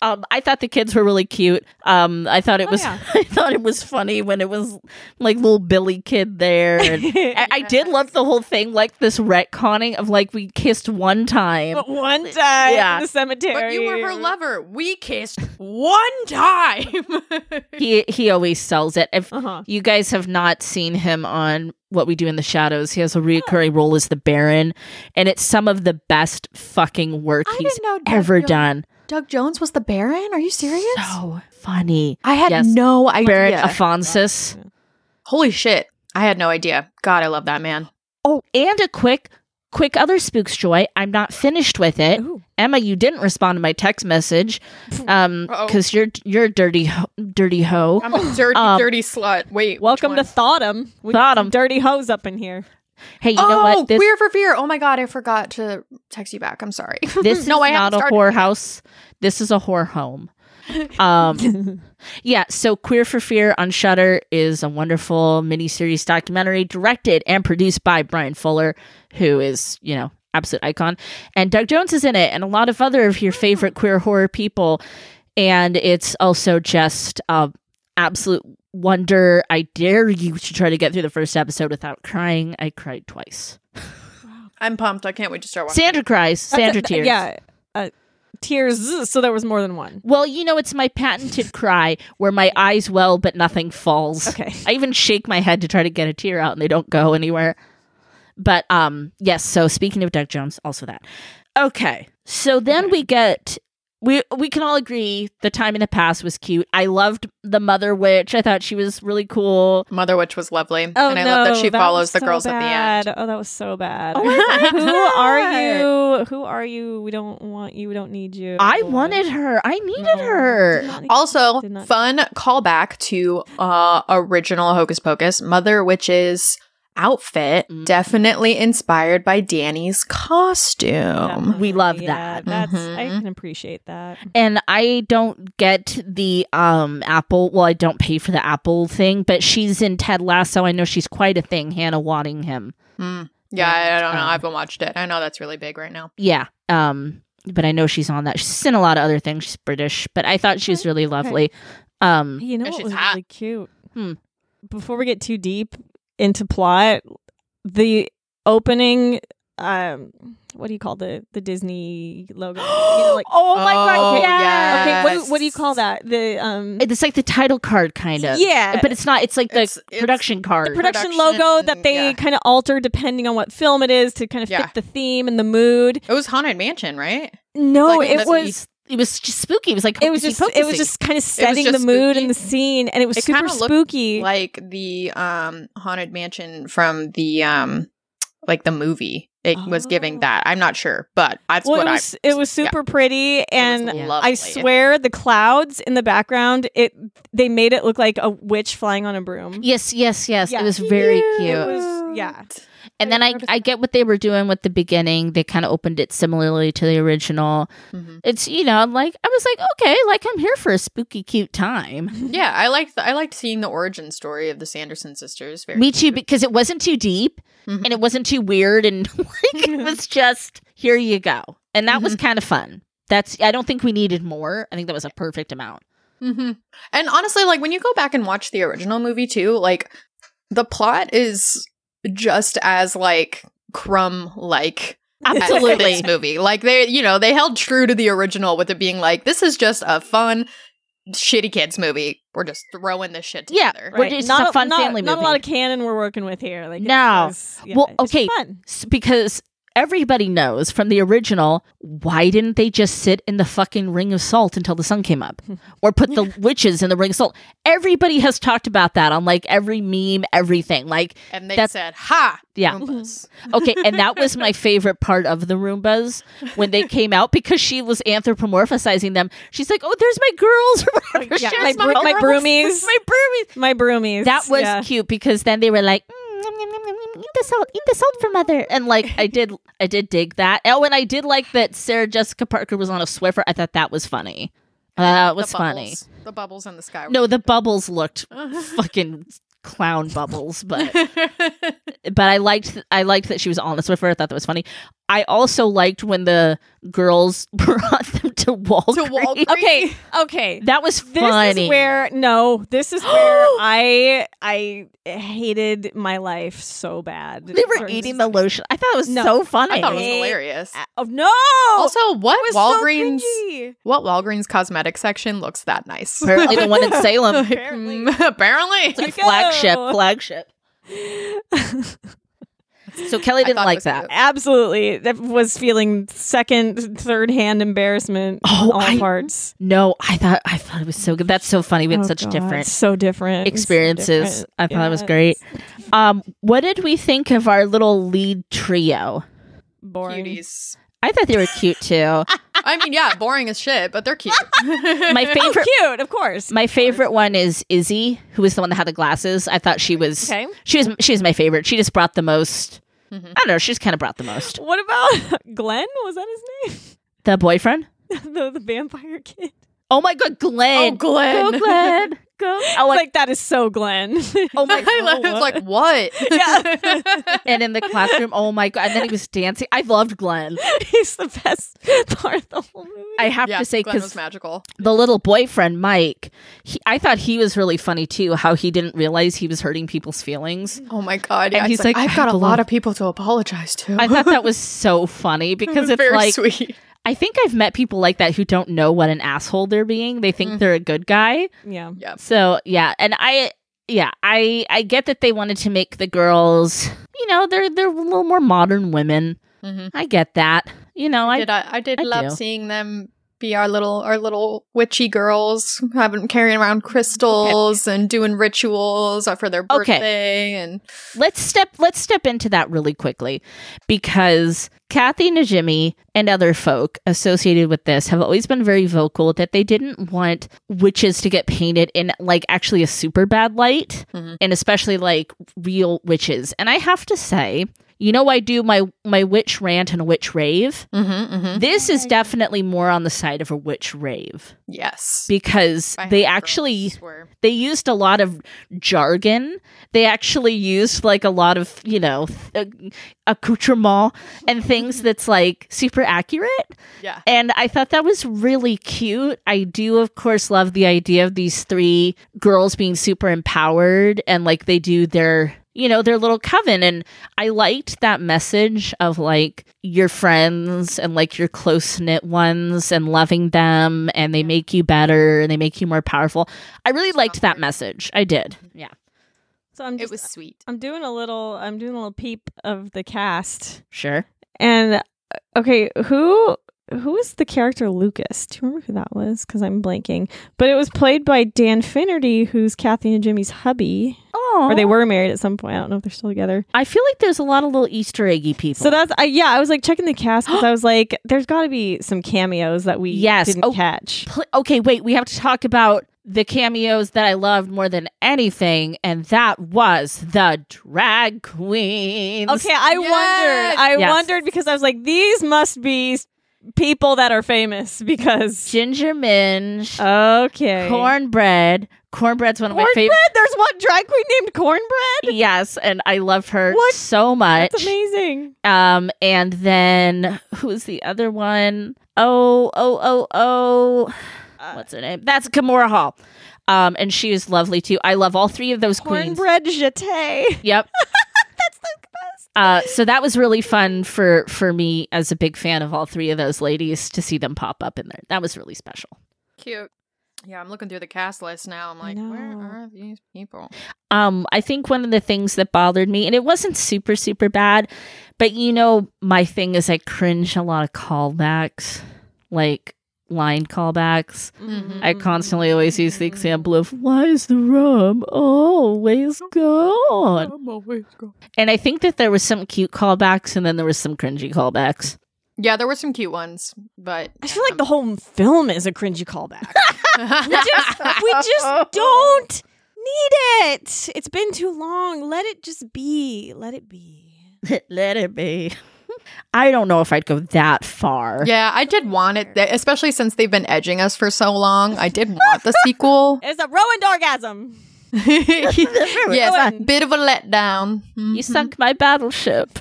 [SPEAKER 2] Um, I thought the kids were really cute. Um, I thought it
[SPEAKER 1] Oh,
[SPEAKER 2] was
[SPEAKER 1] yeah.
[SPEAKER 2] (laughs) I thought it was funny when it was like little Billy kid there.
[SPEAKER 1] (laughs)
[SPEAKER 2] And I, I did love the whole thing, like this retconning of like we kissed one time.
[SPEAKER 1] But one time
[SPEAKER 2] Yeah.
[SPEAKER 1] in the cemetery.
[SPEAKER 3] (laughs) But you were her lover. We kissed one (laughs) time.
[SPEAKER 2] He he always sells it. If
[SPEAKER 1] Uh-huh.
[SPEAKER 2] you guys have not seen him on What We Do in the Shadows, he has a recurring role as the Baron, and it's some of the best fucking work
[SPEAKER 3] I
[SPEAKER 2] he's
[SPEAKER 3] didn't know Doug
[SPEAKER 2] ever
[SPEAKER 3] Jones-
[SPEAKER 2] done.
[SPEAKER 3] Doug Jones was the Baron? Are you serious?
[SPEAKER 2] So funny.
[SPEAKER 3] I had
[SPEAKER 2] Yes.
[SPEAKER 3] no
[SPEAKER 2] Baron
[SPEAKER 3] idea.
[SPEAKER 2] Afonso.
[SPEAKER 3] Holy shit. I had no idea. God, I love that man.
[SPEAKER 2] Oh, and a quick, quick other spooks joy. I'm not finished with it.
[SPEAKER 1] Ooh.
[SPEAKER 2] Emma, you didn't respond to my text message, um,
[SPEAKER 3] Uh-oh.
[SPEAKER 2] because you're you're a dirty, ho- dirty hoe.
[SPEAKER 3] I'm a dirty,
[SPEAKER 2] Um,
[SPEAKER 3] dirty slut. Wait.
[SPEAKER 1] Welcome to Thotum. We got some
[SPEAKER 2] Thotum.
[SPEAKER 1] Dirty hose up in
[SPEAKER 3] (laughs)
[SPEAKER 1] here.
[SPEAKER 2] Hey, you
[SPEAKER 3] oh,
[SPEAKER 2] know what? This
[SPEAKER 3] Queer for Fear. Oh my God, I forgot to text you back. I'm sorry. (laughs)
[SPEAKER 2] this
[SPEAKER 3] No,
[SPEAKER 2] is
[SPEAKER 3] I
[SPEAKER 2] not
[SPEAKER 3] haven't
[SPEAKER 2] a
[SPEAKER 3] started
[SPEAKER 2] whore house. This is a whore home. Um, Yeah, so Queer for Fear on Shudder is a wonderful miniseries documentary directed and produced by Brian Fuller, who is, you know, absolute icon. And Doug Jones is in it and a lot of other of your favorite queer horror people. And it's also just uh, absolute wonder. I dare you to try to get through the first episode without crying. I cried twice.
[SPEAKER 3] I'm pumped. I can't wait to start watching.
[SPEAKER 2] Sandra cries. Sandra
[SPEAKER 1] That's a-
[SPEAKER 2] tears.
[SPEAKER 1] Yeah. Uh, tears. So there was more than one.
[SPEAKER 2] Well, you know, it's my patented cry where my eyes well but nothing falls.
[SPEAKER 1] Okay.
[SPEAKER 2] I even shake my head to try to get a tear out and they don't go anywhere. But um yes, so speaking of Doug Jones, also that. Okay. So then we get we we can all agree the time in the past was cute. I loved the mother witch. I thought she was really cool.
[SPEAKER 3] Mother Witch was lovely.
[SPEAKER 1] Oh,
[SPEAKER 3] and I
[SPEAKER 1] no,
[SPEAKER 3] love that she
[SPEAKER 1] that
[SPEAKER 3] follows
[SPEAKER 1] was
[SPEAKER 3] the
[SPEAKER 1] so
[SPEAKER 3] girls at
[SPEAKER 1] bad. Oh, that was so bad.
[SPEAKER 3] Oh my
[SPEAKER 1] who (laughs)
[SPEAKER 3] (laughs) God.
[SPEAKER 1] are you? Who are you? We don't want you. We don't need you.
[SPEAKER 2] I wanted her. I needed
[SPEAKER 1] No, did not
[SPEAKER 2] her.
[SPEAKER 1] need-
[SPEAKER 3] the end. Also,
[SPEAKER 1] did not-
[SPEAKER 3] fun callback to uh original Hocus Pocus. Mother Witch's outfit
[SPEAKER 2] Mm.
[SPEAKER 3] definitely inspired by Danny's costume.
[SPEAKER 2] We love
[SPEAKER 1] Yeah,
[SPEAKER 2] that. Mm-hmm.
[SPEAKER 1] That's I
[SPEAKER 3] Mhm.
[SPEAKER 1] can appreciate that.
[SPEAKER 2] and I don't get the um Apple. Well, I don't pay for the Apple thing, but she's in Ted Lasso. I know she's quite a thing. Hannah Waddingham.
[SPEAKER 3] Mm. Yeah, I, I don't know.
[SPEAKER 2] Um,
[SPEAKER 3] I haven't watched it. I know that's really big right now.
[SPEAKER 2] Yeah. Um, but I know she's on that. She's in a lot of other things. She's British, but I thought she was
[SPEAKER 1] Okay.
[SPEAKER 2] really lovely. Um,
[SPEAKER 1] You know
[SPEAKER 3] And
[SPEAKER 1] what
[SPEAKER 3] she's
[SPEAKER 1] was
[SPEAKER 3] hot.
[SPEAKER 1] really cute?
[SPEAKER 2] Hmm.
[SPEAKER 1] Before we get too deep into plot, the opening um what do you call the the Disney logo? You
[SPEAKER 2] (gasps)
[SPEAKER 1] know, like-
[SPEAKER 2] oh
[SPEAKER 3] my God,
[SPEAKER 1] Okay,
[SPEAKER 3] yes.
[SPEAKER 1] okay, what, what do you call that? The um
[SPEAKER 2] It's like the title card, kind of.
[SPEAKER 1] Yeah.
[SPEAKER 2] but it's not. It's like the
[SPEAKER 3] It's- it's-
[SPEAKER 2] production
[SPEAKER 1] the
[SPEAKER 2] card.
[SPEAKER 1] production,
[SPEAKER 3] production,
[SPEAKER 1] logo that they
[SPEAKER 3] yeah.
[SPEAKER 1] kind of alter depending on what film it is to kind of
[SPEAKER 3] Yeah.
[SPEAKER 1] fit the theme and the mood.
[SPEAKER 3] It was Haunted Mansion, right?
[SPEAKER 1] No,
[SPEAKER 3] like in
[SPEAKER 1] it
[SPEAKER 3] the-
[SPEAKER 1] was
[SPEAKER 2] It was just spooky. It was like
[SPEAKER 1] it was just it was
[SPEAKER 2] hocusy-pocusy.
[SPEAKER 1] just kind of setting the
[SPEAKER 3] just
[SPEAKER 1] mood
[SPEAKER 3] spooky.
[SPEAKER 1] and the scene and it was
[SPEAKER 3] It
[SPEAKER 1] super
[SPEAKER 3] kinda looked
[SPEAKER 1] spooky.
[SPEAKER 3] like the um haunted mansion from the um like the movie it was
[SPEAKER 1] Oh.
[SPEAKER 3] giving that i'm not sure but that's
[SPEAKER 1] well,
[SPEAKER 3] what
[SPEAKER 1] it
[SPEAKER 3] i
[SPEAKER 1] was it was
[SPEAKER 3] yeah.
[SPEAKER 1] super pretty and
[SPEAKER 3] it was
[SPEAKER 2] Yeah.
[SPEAKER 3] lovely.
[SPEAKER 1] I swear the clouds in the background it they made it look like a witch flying on a
[SPEAKER 2] (laughs)
[SPEAKER 1] broom.
[SPEAKER 2] Yes, yes, yes.
[SPEAKER 1] Yeah.
[SPEAKER 2] It was very cute.
[SPEAKER 1] It was- yeah.
[SPEAKER 2] And then I, I get what they were doing with the beginning. They kind of opened it similarly to the original.
[SPEAKER 3] Mhm.
[SPEAKER 2] It's you know like I was like okay, like I'm here for a spooky cute time.
[SPEAKER 3] yeah i liked i liked seeing the origin story of the sanderson sisters very
[SPEAKER 2] Me too because it wasn't too deep
[SPEAKER 3] Mhm.
[SPEAKER 2] and it wasn't too weird and (laughs) like it was just here you go. And that was kind of fun. That's I don't think we needed more. I think that was a perfect amount.
[SPEAKER 3] hmm And honestly, like when you go back and watch the original movie too, like the plot is just as like crumb
[SPEAKER 2] (laughs)
[SPEAKER 3] like
[SPEAKER 2] Absolutely.
[SPEAKER 3] this movie. Like they, you know, they held true to the original with it being like this is just a fun shitty kids movie. We're just throwing this shit
[SPEAKER 2] Yeah,
[SPEAKER 3] together.
[SPEAKER 2] We're just a fun
[SPEAKER 1] not,
[SPEAKER 2] family
[SPEAKER 1] Not a
[SPEAKER 2] movie.
[SPEAKER 1] lot of canon we're working with here. Like it
[SPEAKER 2] No.
[SPEAKER 1] was- yeah,
[SPEAKER 2] Well,
[SPEAKER 1] it's
[SPEAKER 2] okay.
[SPEAKER 1] fun.
[SPEAKER 2] S- because everybody knows from the original why didn't they just sit in the fucking ring of salt until the sun came up or put the witches in the ring of salt everybody has talked about that on like every meme everything like
[SPEAKER 3] And they
[SPEAKER 2] That's-
[SPEAKER 3] said, "Ha,
[SPEAKER 2] Yeah. Mm-hmm.
[SPEAKER 3] Roombas."
[SPEAKER 2] okay and that was my favorite part of the roombas when they came out because she was anthropomorphizing them she's like oh there's my girls (laughs) or whatever
[SPEAKER 1] yeah,
[SPEAKER 2] She's
[SPEAKER 1] my bro- my
[SPEAKER 2] girls.
[SPEAKER 1] broomies.
[SPEAKER 2] my broomies
[SPEAKER 1] My broomies.
[SPEAKER 2] that was
[SPEAKER 1] yeah.
[SPEAKER 2] (laughs) cute because then they were like "Mm, nom, nom, nom, nom, eat the salt, eat the salt for mother. And like I did, I did dig that. Oh, and I did like that Sarah Jessica Parker was on a Swiffer. I thought that was funny. That was
[SPEAKER 3] the
[SPEAKER 2] funny.
[SPEAKER 3] bubbles- The bubbles in the sky. (laughs)
[SPEAKER 2] No, the bubbles
[SPEAKER 1] (laughs)
[SPEAKER 2] looked fucking clown bubbles, but but I liked I liked that she was honest with her. I thought that was funny. I also liked when the girls (laughs) brought them to Wall
[SPEAKER 3] To Wall
[SPEAKER 2] Creek.
[SPEAKER 1] Okay, okay.
[SPEAKER 2] That was
[SPEAKER 1] This
[SPEAKER 2] funny.
[SPEAKER 1] is where no, this is
[SPEAKER 2] (gasps)
[SPEAKER 1] where I I hated my life so bad.
[SPEAKER 2] they were
[SPEAKER 1] For
[SPEAKER 2] eating the
[SPEAKER 1] just-
[SPEAKER 2] lotion. I thought it was
[SPEAKER 1] No.
[SPEAKER 2] so funny.
[SPEAKER 3] I thought
[SPEAKER 1] (laughs)
[SPEAKER 3] it was
[SPEAKER 1] Hey.
[SPEAKER 3] hilarious.
[SPEAKER 1] Oh no!
[SPEAKER 3] Also, what
[SPEAKER 1] It was so
[SPEAKER 3] Walgreens?
[SPEAKER 1] cringy.
[SPEAKER 3] what Walgreens cosmetic section looks that nice?
[SPEAKER 2] Apparently, the
[SPEAKER 3] (laughs)
[SPEAKER 2] one in Salem,
[SPEAKER 1] Apparently.
[SPEAKER 3] Mm, (laughs) Apparently.
[SPEAKER 1] Like,
[SPEAKER 2] flagship,
[SPEAKER 1] go.
[SPEAKER 2] flagship.
[SPEAKER 3] (laughs)
[SPEAKER 2] So Kelly
[SPEAKER 3] I
[SPEAKER 2] didn't
[SPEAKER 3] thought it
[SPEAKER 2] like
[SPEAKER 3] was
[SPEAKER 2] that.
[SPEAKER 3] cute.
[SPEAKER 1] Absolutely, that was feeling second, third hand embarrassment
[SPEAKER 2] Oh,
[SPEAKER 1] on all
[SPEAKER 2] I-
[SPEAKER 1] parts.
[SPEAKER 2] No, I thought I thought it was so good. That's so funny. We had
[SPEAKER 1] Oh,
[SPEAKER 2] such
[SPEAKER 1] God,
[SPEAKER 2] different
[SPEAKER 1] so different
[SPEAKER 2] experiences.
[SPEAKER 1] so different.
[SPEAKER 2] I thought that was
[SPEAKER 1] Yes.
[SPEAKER 2] great. Um, what did we think of our little lead trio?
[SPEAKER 1] Boring.
[SPEAKER 3] Cuties.
[SPEAKER 2] I thought they were cute too.
[SPEAKER 3] I mean, yeah, boring as shit, but
[SPEAKER 2] (laughs)
[SPEAKER 3] they're cute.
[SPEAKER 2] My
[SPEAKER 1] Oh,
[SPEAKER 2] favorite,
[SPEAKER 1] cute, of course.
[SPEAKER 2] my favorite one is Izzy, who was the one that had the glasses. I thought she was,
[SPEAKER 1] Okay.
[SPEAKER 2] she was, she was my favorite. She just brought the most.
[SPEAKER 3] Mhm.
[SPEAKER 2] I don't know. She just kind of brought the most.
[SPEAKER 1] What about (laughs) Glenn? Was that his
[SPEAKER 2] The boyfriend.
[SPEAKER 1] name? (laughs) the, the vampire kid.
[SPEAKER 2] Oh my god,
[SPEAKER 3] oh,
[SPEAKER 2] Glenn.
[SPEAKER 3] Glenn.
[SPEAKER 2] Go Glenn. Go. I
[SPEAKER 1] Like,
[SPEAKER 2] Oh, like.
[SPEAKER 1] that is so Glenn.
[SPEAKER 2] Oh
[SPEAKER 3] (laughs)
[SPEAKER 2] my
[SPEAKER 3] (laughs) I love- it's like, what?
[SPEAKER 1] (laughs)
[SPEAKER 2] (laughs)
[SPEAKER 3] (laughs)
[SPEAKER 1] Yeah.
[SPEAKER 2] and in the classroom. Oh my god. And then he was dancing. I loved Glenn.
[SPEAKER 1] He's the best (laughs) part of the whole movie.
[SPEAKER 2] I have
[SPEAKER 3] yeah,
[SPEAKER 2] to say
[SPEAKER 3] Glenn was
[SPEAKER 2] because
[SPEAKER 3] magical.
[SPEAKER 2] the little boyfriend Mike, he, I thought he was really funny too. How he didn't realize he was hurting people's feelings.
[SPEAKER 3] Oh my god! Yeah,
[SPEAKER 2] And
[SPEAKER 3] he's,
[SPEAKER 2] he's
[SPEAKER 3] like,
[SPEAKER 2] like,
[SPEAKER 3] I've got
[SPEAKER 2] I
[SPEAKER 3] a lot
[SPEAKER 2] believe-
[SPEAKER 3] of people to apologize to. (laughs)
[SPEAKER 2] I thought that was so funny because it's
[SPEAKER 3] very
[SPEAKER 2] like
[SPEAKER 3] sweet.
[SPEAKER 2] I think I've met people like that who don't know what an asshole they're being. They think they're a good guy.
[SPEAKER 1] yeah.
[SPEAKER 2] So yeah, and I yeah I I get that they wanted to make the girls you know they're they're a little more modern women.
[SPEAKER 3] Mhm.
[SPEAKER 2] I get that. You know I
[SPEAKER 3] did I, I did
[SPEAKER 2] Mm-hmm. I
[SPEAKER 3] love
[SPEAKER 2] do.
[SPEAKER 3] seeing them be our little our little witchy girls having carrying around crystals and doing rituals for their
[SPEAKER 2] Okay.
[SPEAKER 3] birthday and
[SPEAKER 2] let's step let's step into that really quickly because Kathy Najimy and other folk associated with this have always been very vocal that they didn't want witches to get painted in like actually a super bad light
[SPEAKER 3] Mhm.
[SPEAKER 2] and especially like real witches. And I have to say, you know I do my my witch rant and witch rave.
[SPEAKER 3] mm-hmm, mm-hmm.
[SPEAKER 2] This is definitely more on the side of a witch rave
[SPEAKER 3] yes
[SPEAKER 2] because
[SPEAKER 3] I
[SPEAKER 2] they
[SPEAKER 3] have
[SPEAKER 2] actually
[SPEAKER 3] girls where-
[SPEAKER 2] they used a lot of jargon. They actually used like a lot of you know th- accoutrement and things that's like super accurate.
[SPEAKER 3] yeah
[SPEAKER 2] And I thought that was really cute. I do, of course, love the idea of these three girls being super empowered and like they do their, you know, their little coven. And I liked that message of like your friends and like your close knit ones and loving them and they make you better and they make you more powerful. I really liked that message. I did. Yeah.
[SPEAKER 1] So I'm
[SPEAKER 3] it
[SPEAKER 1] just,
[SPEAKER 3] was sweet
[SPEAKER 1] I'm doing a little I'm doing a little peep of the cast.
[SPEAKER 2] Sure.
[SPEAKER 1] And uh, okay, who who is the character Lucas? Do you remember who that was? Because I'm blanking. But it was played by Dan Finnerty, who's Kathy and Jimmy's hubby,
[SPEAKER 2] Oh,
[SPEAKER 1] or they were married at some point. I don't know if they're still together.
[SPEAKER 2] I feel like there's a lot of little Easter eggy people.
[SPEAKER 1] So that's I, yeah. I was like checking the cast because I
[SPEAKER 2] (gasps)
[SPEAKER 1] was like, there's got to be some cameos that we
[SPEAKER 2] Yes.
[SPEAKER 1] didn't
[SPEAKER 2] Oh.
[SPEAKER 1] catch.
[SPEAKER 2] pl- okay, wait, we have to talk about the cameos that I loved more than anything, and that was the drag queens.
[SPEAKER 1] Okay, I
[SPEAKER 3] Yes!
[SPEAKER 1] wondered. I
[SPEAKER 2] Yes.
[SPEAKER 1] wondered because I was like, these must be s- people that are famous because
[SPEAKER 2] Ginger Minge,
[SPEAKER 1] okay,
[SPEAKER 2] Cornbread. Cornbread's one of my
[SPEAKER 1] Cornbread.
[SPEAKER 2] favorite.
[SPEAKER 1] There's one drag queen named Cornbread.
[SPEAKER 2] Yes, and I love her
[SPEAKER 1] What?
[SPEAKER 2] so much.
[SPEAKER 1] That's amazing.
[SPEAKER 2] Um, and then who's the other one? Oh, oh, oh, oh.
[SPEAKER 1] Uh,
[SPEAKER 2] What's her name? That's Kimora Hall. Um, and she is lovely too. I love all three of those queens.
[SPEAKER 1] Cornbread jeté. (laughs)
[SPEAKER 2] Yep.
[SPEAKER 1] That's the best.
[SPEAKER 2] Uh, so that was really fun for for me as a big fan of all three of those ladies to see them pop up in there. That was really special.
[SPEAKER 3] cute yeah i'm looking through the cast list now i'm like where
[SPEAKER 1] No.
[SPEAKER 3] are these people
[SPEAKER 2] Um, I think one of the things that bothered me, and it wasn't super super bad, but you know my thing is I cringe a lot of callbacks, like line callbacks. I constantly always use the example of why is the rum always gone?
[SPEAKER 3] (laughs) I'm always gone.
[SPEAKER 2] And I think that there was some cute callbacks, and then there was some cringy callbacks.
[SPEAKER 3] yeah there were some cute ones but
[SPEAKER 1] I feel
[SPEAKER 3] (laughs)
[SPEAKER 1] like the whole film is a cringy callback.
[SPEAKER 3] the (laughs)
[SPEAKER 1] we just don't need it. It's been too long. Let it just be. Let it be.
[SPEAKER 2] (laughs) Let it be. I don't know if I'd go that far.
[SPEAKER 3] Yeah, I did want it, th- especially since they've been edging us for so long. I did want (laughs) the sequel.
[SPEAKER 1] It's a ruined orgasm.
[SPEAKER 3] (laughs) yes, a bit of a letdown. Mm-hmm.
[SPEAKER 2] You sunk my battleship.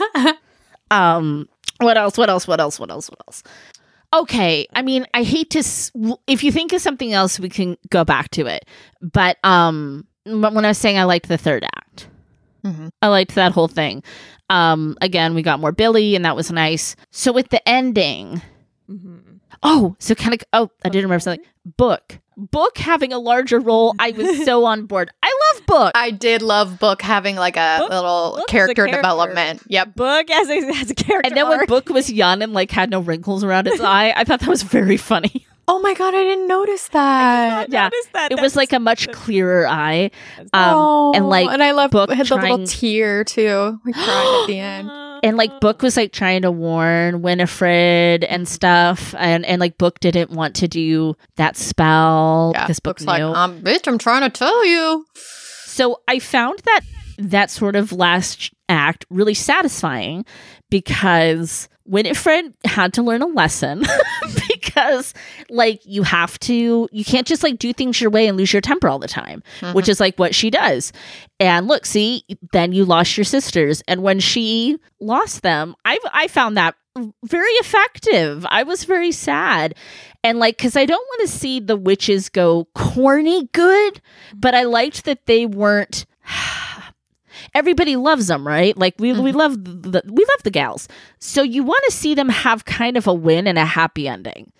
[SPEAKER 2] (laughs) um, what else? What else? What else? What else? What else? Okay, I mean, I hate to. S- w- if you think of something else, we can go back to it. But um, but when I was saying I liked the third act,
[SPEAKER 3] Mhm.
[SPEAKER 2] I liked that whole thing. Um, again, we got more Billy, and that was nice. So with the ending,
[SPEAKER 1] Mm-hmm.
[SPEAKER 2] Oh, so kind of. Oh, I did remember something. Book, book having a larger role. I
[SPEAKER 3] (laughs)
[SPEAKER 2] was so on board. I love book.
[SPEAKER 3] I did love Book having like a
[SPEAKER 1] Book-
[SPEAKER 3] little
[SPEAKER 1] Book's a
[SPEAKER 3] character
[SPEAKER 1] character.
[SPEAKER 3] development. Yep.
[SPEAKER 1] Book as a, as a character.
[SPEAKER 2] and then when
[SPEAKER 1] arc. (laughs)
[SPEAKER 2] Book was young and like had no wrinkles around
[SPEAKER 3] (laughs)
[SPEAKER 2] his eye, I thought that was very funny.
[SPEAKER 3] Oh my god, I didn't notice that.
[SPEAKER 2] yeah,
[SPEAKER 1] Notice that.
[SPEAKER 2] It was like a much clearer eye.
[SPEAKER 1] That's-
[SPEAKER 2] Um, and like
[SPEAKER 3] Oh, and I love
[SPEAKER 2] Book
[SPEAKER 3] had the little
[SPEAKER 2] trying-
[SPEAKER 3] tear too. We cried
[SPEAKER 2] (gasps)
[SPEAKER 3] at the end.
[SPEAKER 2] and like Book was like trying to warn Winifred and
[SPEAKER 3] Mm-hmm.
[SPEAKER 2] stuff, and and like Book didn't want to do that spell
[SPEAKER 3] Yeah,
[SPEAKER 2] because Book
[SPEAKER 3] Book's like,
[SPEAKER 2] knew.
[SPEAKER 3] um, bitch, I'm trying to tell you.
[SPEAKER 2] So I found that that sort of last act really satisfying because Winifred had to learn a lesson (laughs) because like you have to you can't just like do things your way and lose your temper all the time, which is like what she does. And look, see, then you lost your sisters and when she lost them, I I found that very effective. I was very sad. And like cuz I don't want to see the witches go corny good but I liked that they weren't. (sighs) Everybody loves them, right? Like we
[SPEAKER 3] Mm-hmm.
[SPEAKER 2] we love the we love the gals. So you want to see them have kind of a win and a happy ending.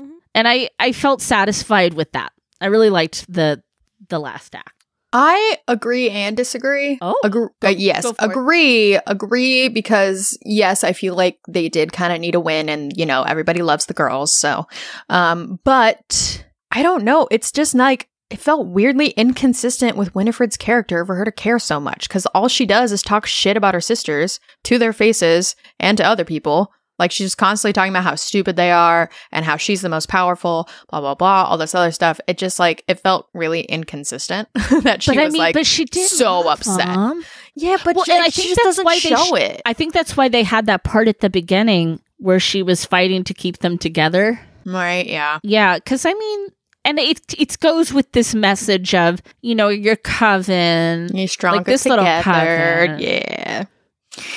[SPEAKER 1] Mhm.
[SPEAKER 3] Mm-hmm.
[SPEAKER 2] And I I felt satisfied with that. I really liked the the last act.
[SPEAKER 3] I agree and disagree.
[SPEAKER 2] Oh,
[SPEAKER 3] Agr- uh, yes,
[SPEAKER 2] go for it.
[SPEAKER 3] agree, agree. Because yes, I feel like they did kind of need a win, and you know everybody loves the girls. So, um, but I don't know. It's just like it felt weirdly inconsistent with Winifred's character for her to care so much because all she does is talk shit about her sisters to their faces and to other people. Like she's just constantly talking about how stupid they are and how she's the most powerful, blah blah blah, all this other stuff. It just like it felt really inconsistent (laughs) that she
[SPEAKER 2] but
[SPEAKER 3] was
[SPEAKER 2] I mean,
[SPEAKER 3] like
[SPEAKER 2] but she did
[SPEAKER 3] so
[SPEAKER 2] love
[SPEAKER 3] upset.
[SPEAKER 2] them.
[SPEAKER 3] yeah, but
[SPEAKER 2] Well,
[SPEAKER 3] she,
[SPEAKER 2] and
[SPEAKER 3] like,
[SPEAKER 2] I
[SPEAKER 3] she
[SPEAKER 2] think
[SPEAKER 3] just
[SPEAKER 2] that's
[SPEAKER 3] doesn't
[SPEAKER 2] why they
[SPEAKER 3] show
[SPEAKER 2] sh-
[SPEAKER 3] it.
[SPEAKER 2] I think that's why they had that part at the beginning where she was fighting to keep them together.
[SPEAKER 3] right? Yeah.
[SPEAKER 2] Yeah, because I mean, and it it goes with this message of you know your coven.
[SPEAKER 3] You're stronger
[SPEAKER 2] this little
[SPEAKER 3] together.
[SPEAKER 2] pattern.
[SPEAKER 3] Yeah.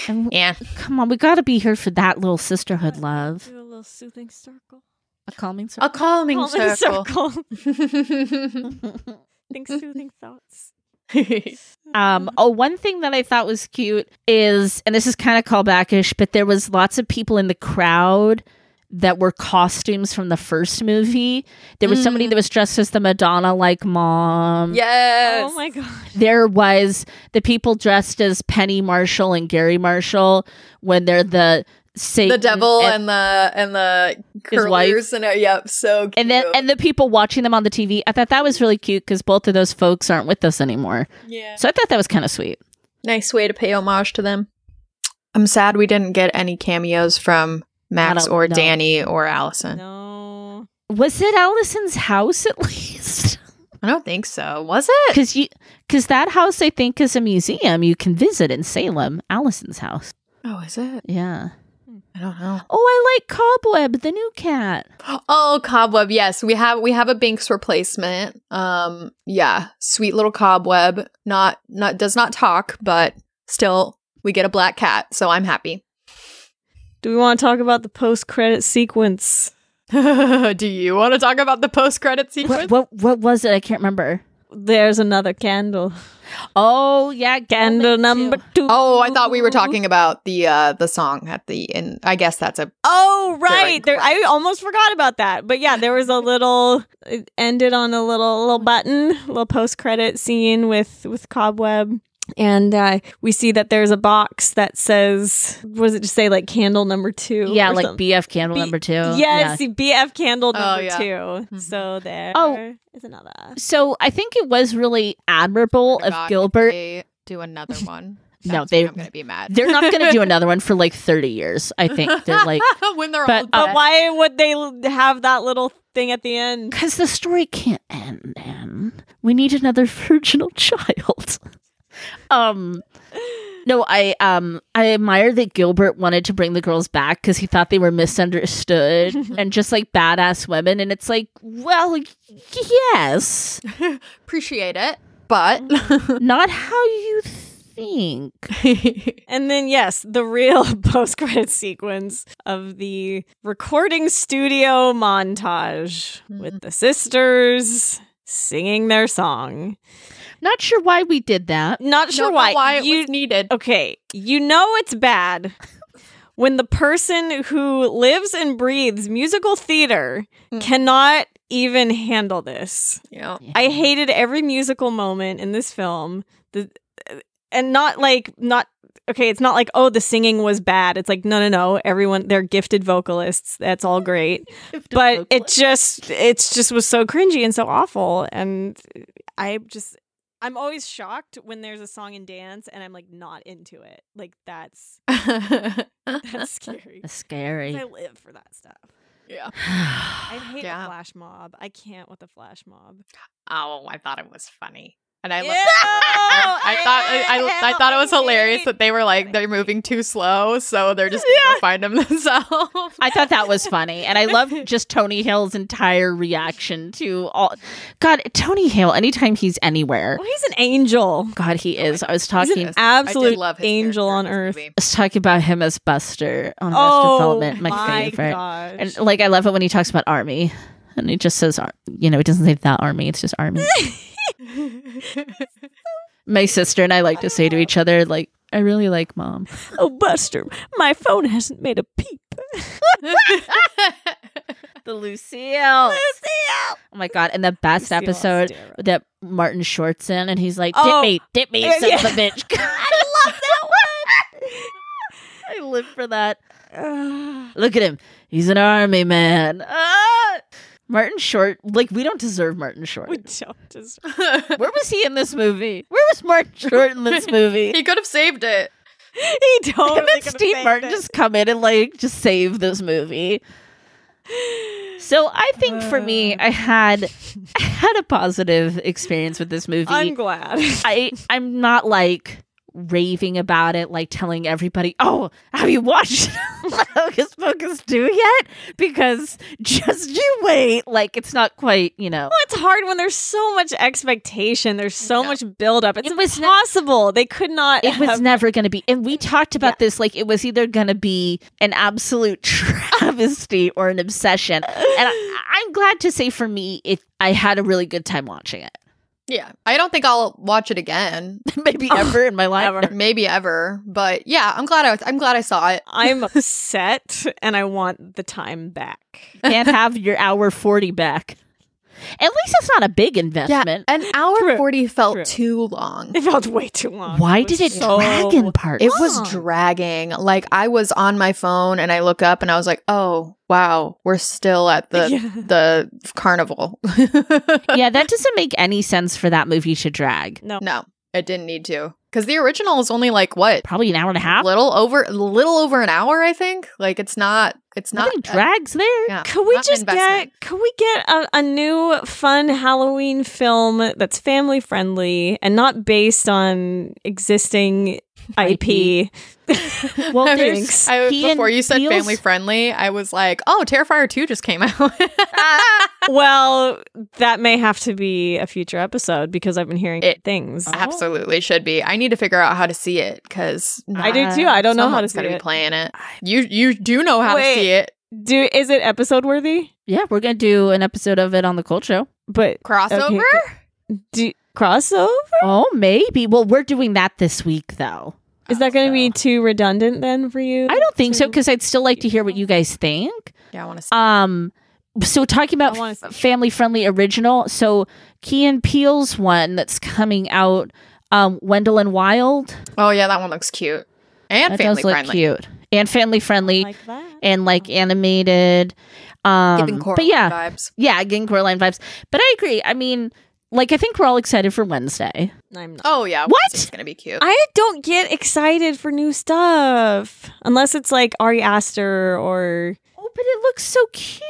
[SPEAKER 2] And
[SPEAKER 3] Yeah.
[SPEAKER 2] come on, we got to be here for that little sisterhood love. Um,
[SPEAKER 1] Do a little soothing circle.
[SPEAKER 2] A calming circle.
[SPEAKER 3] A calming
[SPEAKER 1] Calming (laughs)
[SPEAKER 3] circle.
[SPEAKER 1] circle.
[SPEAKER 2] um,
[SPEAKER 1] Think soothing thoughts. Um,
[SPEAKER 2] (laughs)
[SPEAKER 3] Mm-hmm.
[SPEAKER 2] oh, one thing that I thought was cute is, and this is kind of callbackish, but there was lots of people in the crowd that were costumes from the first movie. There was somebody
[SPEAKER 3] Mm.
[SPEAKER 2] that was dressed as the Madonna like mom.
[SPEAKER 3] yes.
[SPEAKER 1] Oh my gosh.
[SPEAKER 2] There was the people dressed as Penny Marshall and Gary Marshall when they're the Satan
[SPEAKER 3] The devil
[SPEAKER 2] and
[SPEAKER 3] and, the and the
[SPEAKER 2] His wife.
[SPEAKER 3] curlers and uh, yep, so cute.
[SPEAKER 2] and then and the people watching them on the TV. I thought that was really cute because both of those folks aren't with us anymore.
[SPEAKER 3] yeah.
[SPEAKER 2] So I thought that was kind of sweet.
[SPEAKER 3] Nice way to pay homage to them. I'm sad we didn't get any cameos from Max
[SPEAKER 2] don't
[SPEAKER 3] or
[SPEAKER 2] know.
[SPEAKER 3] Danny or Allison.
[SPEAKER 1] No.
[SPEAKER 2] Was it Allison's house at least? (laughs)
[SPEAKER 3] I don't think so. Was it?
[SPEAKER 2] Because you because that house I think is a museum you can visit in Salem. Allison's house.
[SPEAKER 3] Oh, is it?
[SPEAKER 2] Yeah.
[SPEAKER 3] I don't know.
[SPEAKER 2] Oh, I like Cobweb, the new cat.
[SPEAKER 3] Oh, Cobweb. Yes, we have we have a Binks replacement. Um, yeah, sweet little Cobweb. Not not does not talk, but still we get a black cat, so I'm happy. (laughs)
[SPEAKER 1] Do we want to talk about the post-credit sequence?
[SPEAKER 3] Do you want to talk about the post credit
[SPEAKER 2] What, what what was it? I can't remember.
[SPEAKER 1] There's another candle.
[SPEAKER 2] Oh yeah,
[SPEAKER 1] Candle number two.
[SPEAKER 3] Oh, I thought we were talking about the uh the song at the and I guess that's a
[SPEAKER 1] Oh right, there,
[SPEAKER 3] During-
[SPEAKER 1] I almost forgot about that. But yeah, there was a little. It ended on a little little button, little post credit scene with with Cobweb, and uh, we see that there's a box that says, "What does it just say?" Like candle number two.
[SPEAKER 2] Yeah,
[SPEAKER 1] or
[SPEAKER 2] like
[SPEAKER 1] something.
[SPEAKER 2] BF candle
[SPEAKER 1] B-
[SPEAKER 2] number two.
[SPEAKER 1] Yes, see, BF candle
[SPEAKER 3] Oh,
[SPEAKER 1] number
[SPEAKER 3] yeah.
[SPEAKER 1] two.
[SPEAKER 3] Mhm.
[SPEAKER 1] So there.
[SPEAKER 2] Oh.
[SPEAKER 1] is another.
[SPEAKER 2] Oh (laughs) So I think it was really admirable of Gilbert
[SPEAKER 3] do another one.
[SPEAKER 2] no,
[SPEAKER 3] That's
[SPEAKER 2] they
[SPEAKER 3] when I'm gonna be mad.
[SPEAKER 2] they're not going to do another one for like 30 years. I think they're like
[SPEAKER 3] (laughs) when they're
[SPEAKER 2] but- uh,
[SPEAKER 3] all
[SPEAKER 1] But
[SPEAKER 3] dead.
[SPEAKER 1] why would they l- have that little thing at the end?
[SPEAKER 2] because the story can't end. Anne. We need another (laughs) virginal child. um, no, I um I admire that Gilbert wanted to bring the girls back because he thought they
[SPEAKER 1] (laughs)
[SPEAKER 2] were misunderstood and just like badass women. And it's like, well, y- yes,
[SPEAKER 3] appreciate it, but
[SPEAKER 2] (laughs) not how you think.
[SPEAKER 1] And then, yes, the real (laughs) post credit sequence of the recording studio montage
[SPEAKER 3] Mm-hmm.
[SPEAKER 1] with the sisters singing their song.
[SPEAKER 2] Not sure why we did that.
[SPEAKER 1] Not sure
[SPEAKER 3] Don't know
[SPEAKER 1] why.
[SPEAKER 3] it
[SPEAKER 1] you,
[SPEAKER 3] was needed.
[SPEAKER 1] okay, you know it's bad when the person who lives and breathes musical theater
[SPEAKER 3] Mm.
[SPEAKER 1] cannot even handle this.
[SPEAKER 3] Yeah.
[SPEAKER 1] I hated every musical moment in this film. The and not like not okay, it's not like oh the singing was bad. It's like no no no, everyone they're gifted vocalists. That's all great. But it just it's just was so cringy and so awful and I just I'm always shocked when there's a song and dance and I'm like not into it. Like that's (laughs) that's scary.
[SPEAKER 2] That's scary.
[SPEAKER 1] I live for that stuff.
[SPEAKER 3] (laughs) yeah.
[SPEAKER 2] (sighs)
[SPEAKER 1] I (sighs) hate
[SPEAKER 3] Yeah.
[SPEAKER 1] the flash mob. I can't with the flash mob.
[SPEAKER 3] Oh, I thought it was funny. And I
[SPEAKER 1] Ew,
[SPEAKER 3] love I thought I, I, I thought it was hilarious
[SPEAKER 1] hate-
[SPEAKER 3] that they were like they're moving too slow, so they're just gonna go find
[SPEAKER 1] (laughs)
[SPEAKER 3] them themselves.
[SPEAKER 2] I thought that was funny, and I love just Tony Hale's entire reaction to all. God, Tony Hale, anytime he's anywhere,
[SPEAKER 1] Well, Oh, he's an angel.
[SPEAKER 2] God, Oh, he is. I was
[SPEAKER 1] He's
[SPEAKER 2] talking.
[SPEAKER 1] an
[SPEAKER 2] I
[SPEAKER 1] absolute angel on earth.
[SPEAKER 2] was talking about him as Buster on Arrested Development, Oh my, favorite.
[SPEAKER 1] gosh.
[SPEAKER 2] And like, I love it when he talks about Army, and he just says, Ar- you know, he doesn't say that Army. It's just (laughs) Army. my sister and I like to say to each other, like, I really like Mom.
[SPEAKER 1] oh, Buster, my phone hasn't made a peep.
[SPEAKER 2] Oh, The Lucille. Oh my god! And the best
[SPEAKER 1] Lucille
[SPEAKER 2] episode
[SPEAKER 1] Astero.
[SPEAKER 2] that Martin Short's in, and he's like, "Dip
[SPEAKER 1] Oh.
[SPEAKER 2] me, dip me,
[SPEAKER 1] Yeah,
[SPEAKER 2] son of
[SPEAKER 1] yeah.
[SPEAKER 2] a bitch."
[SPEAKER 1] (laughs)
[SPEAKER 2] (laughs) I love that one. I live for that.
[SPEAKER 1] Ugh.
[SPEAKER 2] Look at him. He's an army man. Ah! Martin Short. Like we don't deserve Martin
[SPEAKER 1] (sighs)
[SPEAKER 2] Short.
[SPEAKER 1] we don't deserve-
[SPEAKER 2] Where was he in this movie? Where was Martin (laughs) Short
[SPEAKER 1] (laughs)
[SPEAKER 2] in this movie?
[SPEAKER 3] (laughs) he could have saved it.
[SPEAKER 1] (laughs) He totally
[SPEAKER 2] Couldn't
[SPEAKER 1] could've
[SPEAKER 2] Steve
[SPEAKER 1] faked
[SPEAKER 2] Martin
[SPEAKER 1] it.
[SPEAKER 2] just come in and like just save this movie? So I think for
[SPEAKER 1] (sighs)
[SPEAKER 2] me, I had (laughs) I had a positive experience with this movie.
[SPEAKER 1] I'm
[SPEAKER 2] (laughs)
[SPEAKER 1] glad.
[SPEAKER 2] I I'm not like raving about it, like telling everybody, "Oh, have you watched (laughs) Hocus Pocus two yet?" Because just you wait, like it's not quite, you know.
[SPEAKER 1] Well, it's hard when there's so much expectation. There's so much buildup. It's
[SPEAKER 2] It was not-
[SPEAKER 1] impossible. they could not.
[SPEAKER 2] It was
[SPEAKER 1] have-
[SPEAKER 2] never going to be, and we talked about this like it was either going to be an absolute (laughs) travesty or an obsession. And I, I'm glad to say, for me, it I had a really good time watching it. (laughs)
[SPEAKER 3] Yeah. I don't think I'll watch it again.
[SPEAKER 2] Maybe ever in my
[SPEAKER 1] (laughs)
[SPEAKER 2] life.
[SPEAKER 1] Ever.
[SPEAKER 3] Maybe ever. But yeah, I'm glad I was, I'm glad I saw it.
[SPEAKER 1] (laughs)
[SPEAKER 2] (laughs)
[SPEAKER 1] I'm upset, and I want the time back.
[SPEAKER 2] (laughs) Can't have your hour forty back. At least it's not a big investment.
[SPEAKER 3] An hour
[SPEAKER 1] True.
[SPEAKER 3] forty felt
[SPEAKER 1] True.
[SPEAKER 3] too long.
[SPEAKER 1] It felt way too long.
[SPEAKER 2] Why
[SPEAKER 1] was
[SPEAKER 2] did it
[SPEAKER 1] so- (laughs)
[SPEAKER 2] drag in part?
[SPEAKER 3] It was (laughs)
[SPEAKER 1] Long.
[SPEAKER 3] dragging. Like I was on my phone and I look up and I was like, "Oh, wow, we're still at the
[SPEAKER 1] Yeah.
[SPEAKER 3] the carnival." (laughs)
[SPEAKER 2] yeah, that doesn't make any sense for that movie to drag.
[SPEAKER 1] No.
[SPEAKER 3] No, it didn't need to. Cuz the original is only like what?
[SPEAKER 2] Probably an hour and a half.
[SPEAKER 3] Little over little over an hour, I think. Like it's not it's not uh,
[SPEAKER 2] Nothing drags there.
[SPEAKER 3] yeah,
[SPEAKER 1] Could we
[SPEAKER 3] not an
[SPEAKER 1] just get
[SPEAKER 3] (laughs) investment.
[SPEAKER 1] could we get a, a new fun Halloween film that's family friendly and not based on existing IP?
[SPEAKER 2] Well,
[SPEAKER 3] I was-
[SPEAKER 1] there's-
[SPEAKER 3] I,
[SPEAKER 2] he
[SPEAKER 3] before
[SPEAKER 2] and
[SPEAKER 3] you said
[SPEAKER 2] Peele's-
[SPEAKER 3] family friendly, I was like, "Oh, Terrifier 2 just came out." (laughs)
[SPEAKER 2] Oh.
[SPEAKER 1] well, that may have to be a future episode because I've been hearing
[SPEAKER 3] It-
[SPEAKER 1] things.
[SPEAKER 3] Absolutely should be. I need to figure out how to see it cuz
[SPEAKER 1] I do too. I don't know how to see
[SPEAKER 3] gotta be
[SPEAKER 1] it.
[SPEAKER 3] playing it. You you do know how
[SPEAKER 1] Wait.
[SPEAKER 3] to see it.
[SPEAKER 1] Do is it episode worthy?
[SPEAKER 2] Yeah, we're gonna do an episode of it on the Cold Show.
[SPEAKER 1] But
[SPEAKER 3] Crossover?
[SPEAKER 1] do crossover
[SPEAKER 2] Oh, maybe. Well, we're doing that this week, though.
[SPEAKER 1] is that going to
[SPEAKER 3] Oh,
[SPEAKER 1] be too redundant then for you?
[SPEAKER 2] I don't think so because I'd still like to hear what you guys think.
[SPEAKER 3] Yeah, I want to see.
[SPEAKER 2] Um, so talking
[SPEAKER 1] I
[SPEAKER 2] about
[SPEAKER 1] wanna see.
[SPEAKER 2] family friendly original, so Key and Peele's one that's coming out, um, Wendell and Wild.
[SPEAKER 3] oh yeah, that one looks cute. And
[SPEAKER 2] that
[SPEAKER 3] family
[SPEAKER 2] does look
[SPEAKER 3] friendly.
[SPEAKER 2] cute and family friendly.
[SPEAKER 1] like that.
[SPEAKER 2] and like animated. Um,
[SPEAKER 3] Giving
[SPEAKER 2] but yeah,
[SPEAKER 3] Coraline vibes.
[SPEAKER 2] yeah, getting Coraline vibes. But I agree. I mean, Like I think we're all excited for Wednesday.
[SPEAKER 1] I'm not.
[SPEAKER 3] Oh yeah.
[SPEAKER 2] What?
[SPEAKER 3] It's gonna be cute.
[SPEAKER 1] I don't get excited for new stuff unless it's like Ari Aster or
[SPEAKER 2] Oh, but it looks so cute.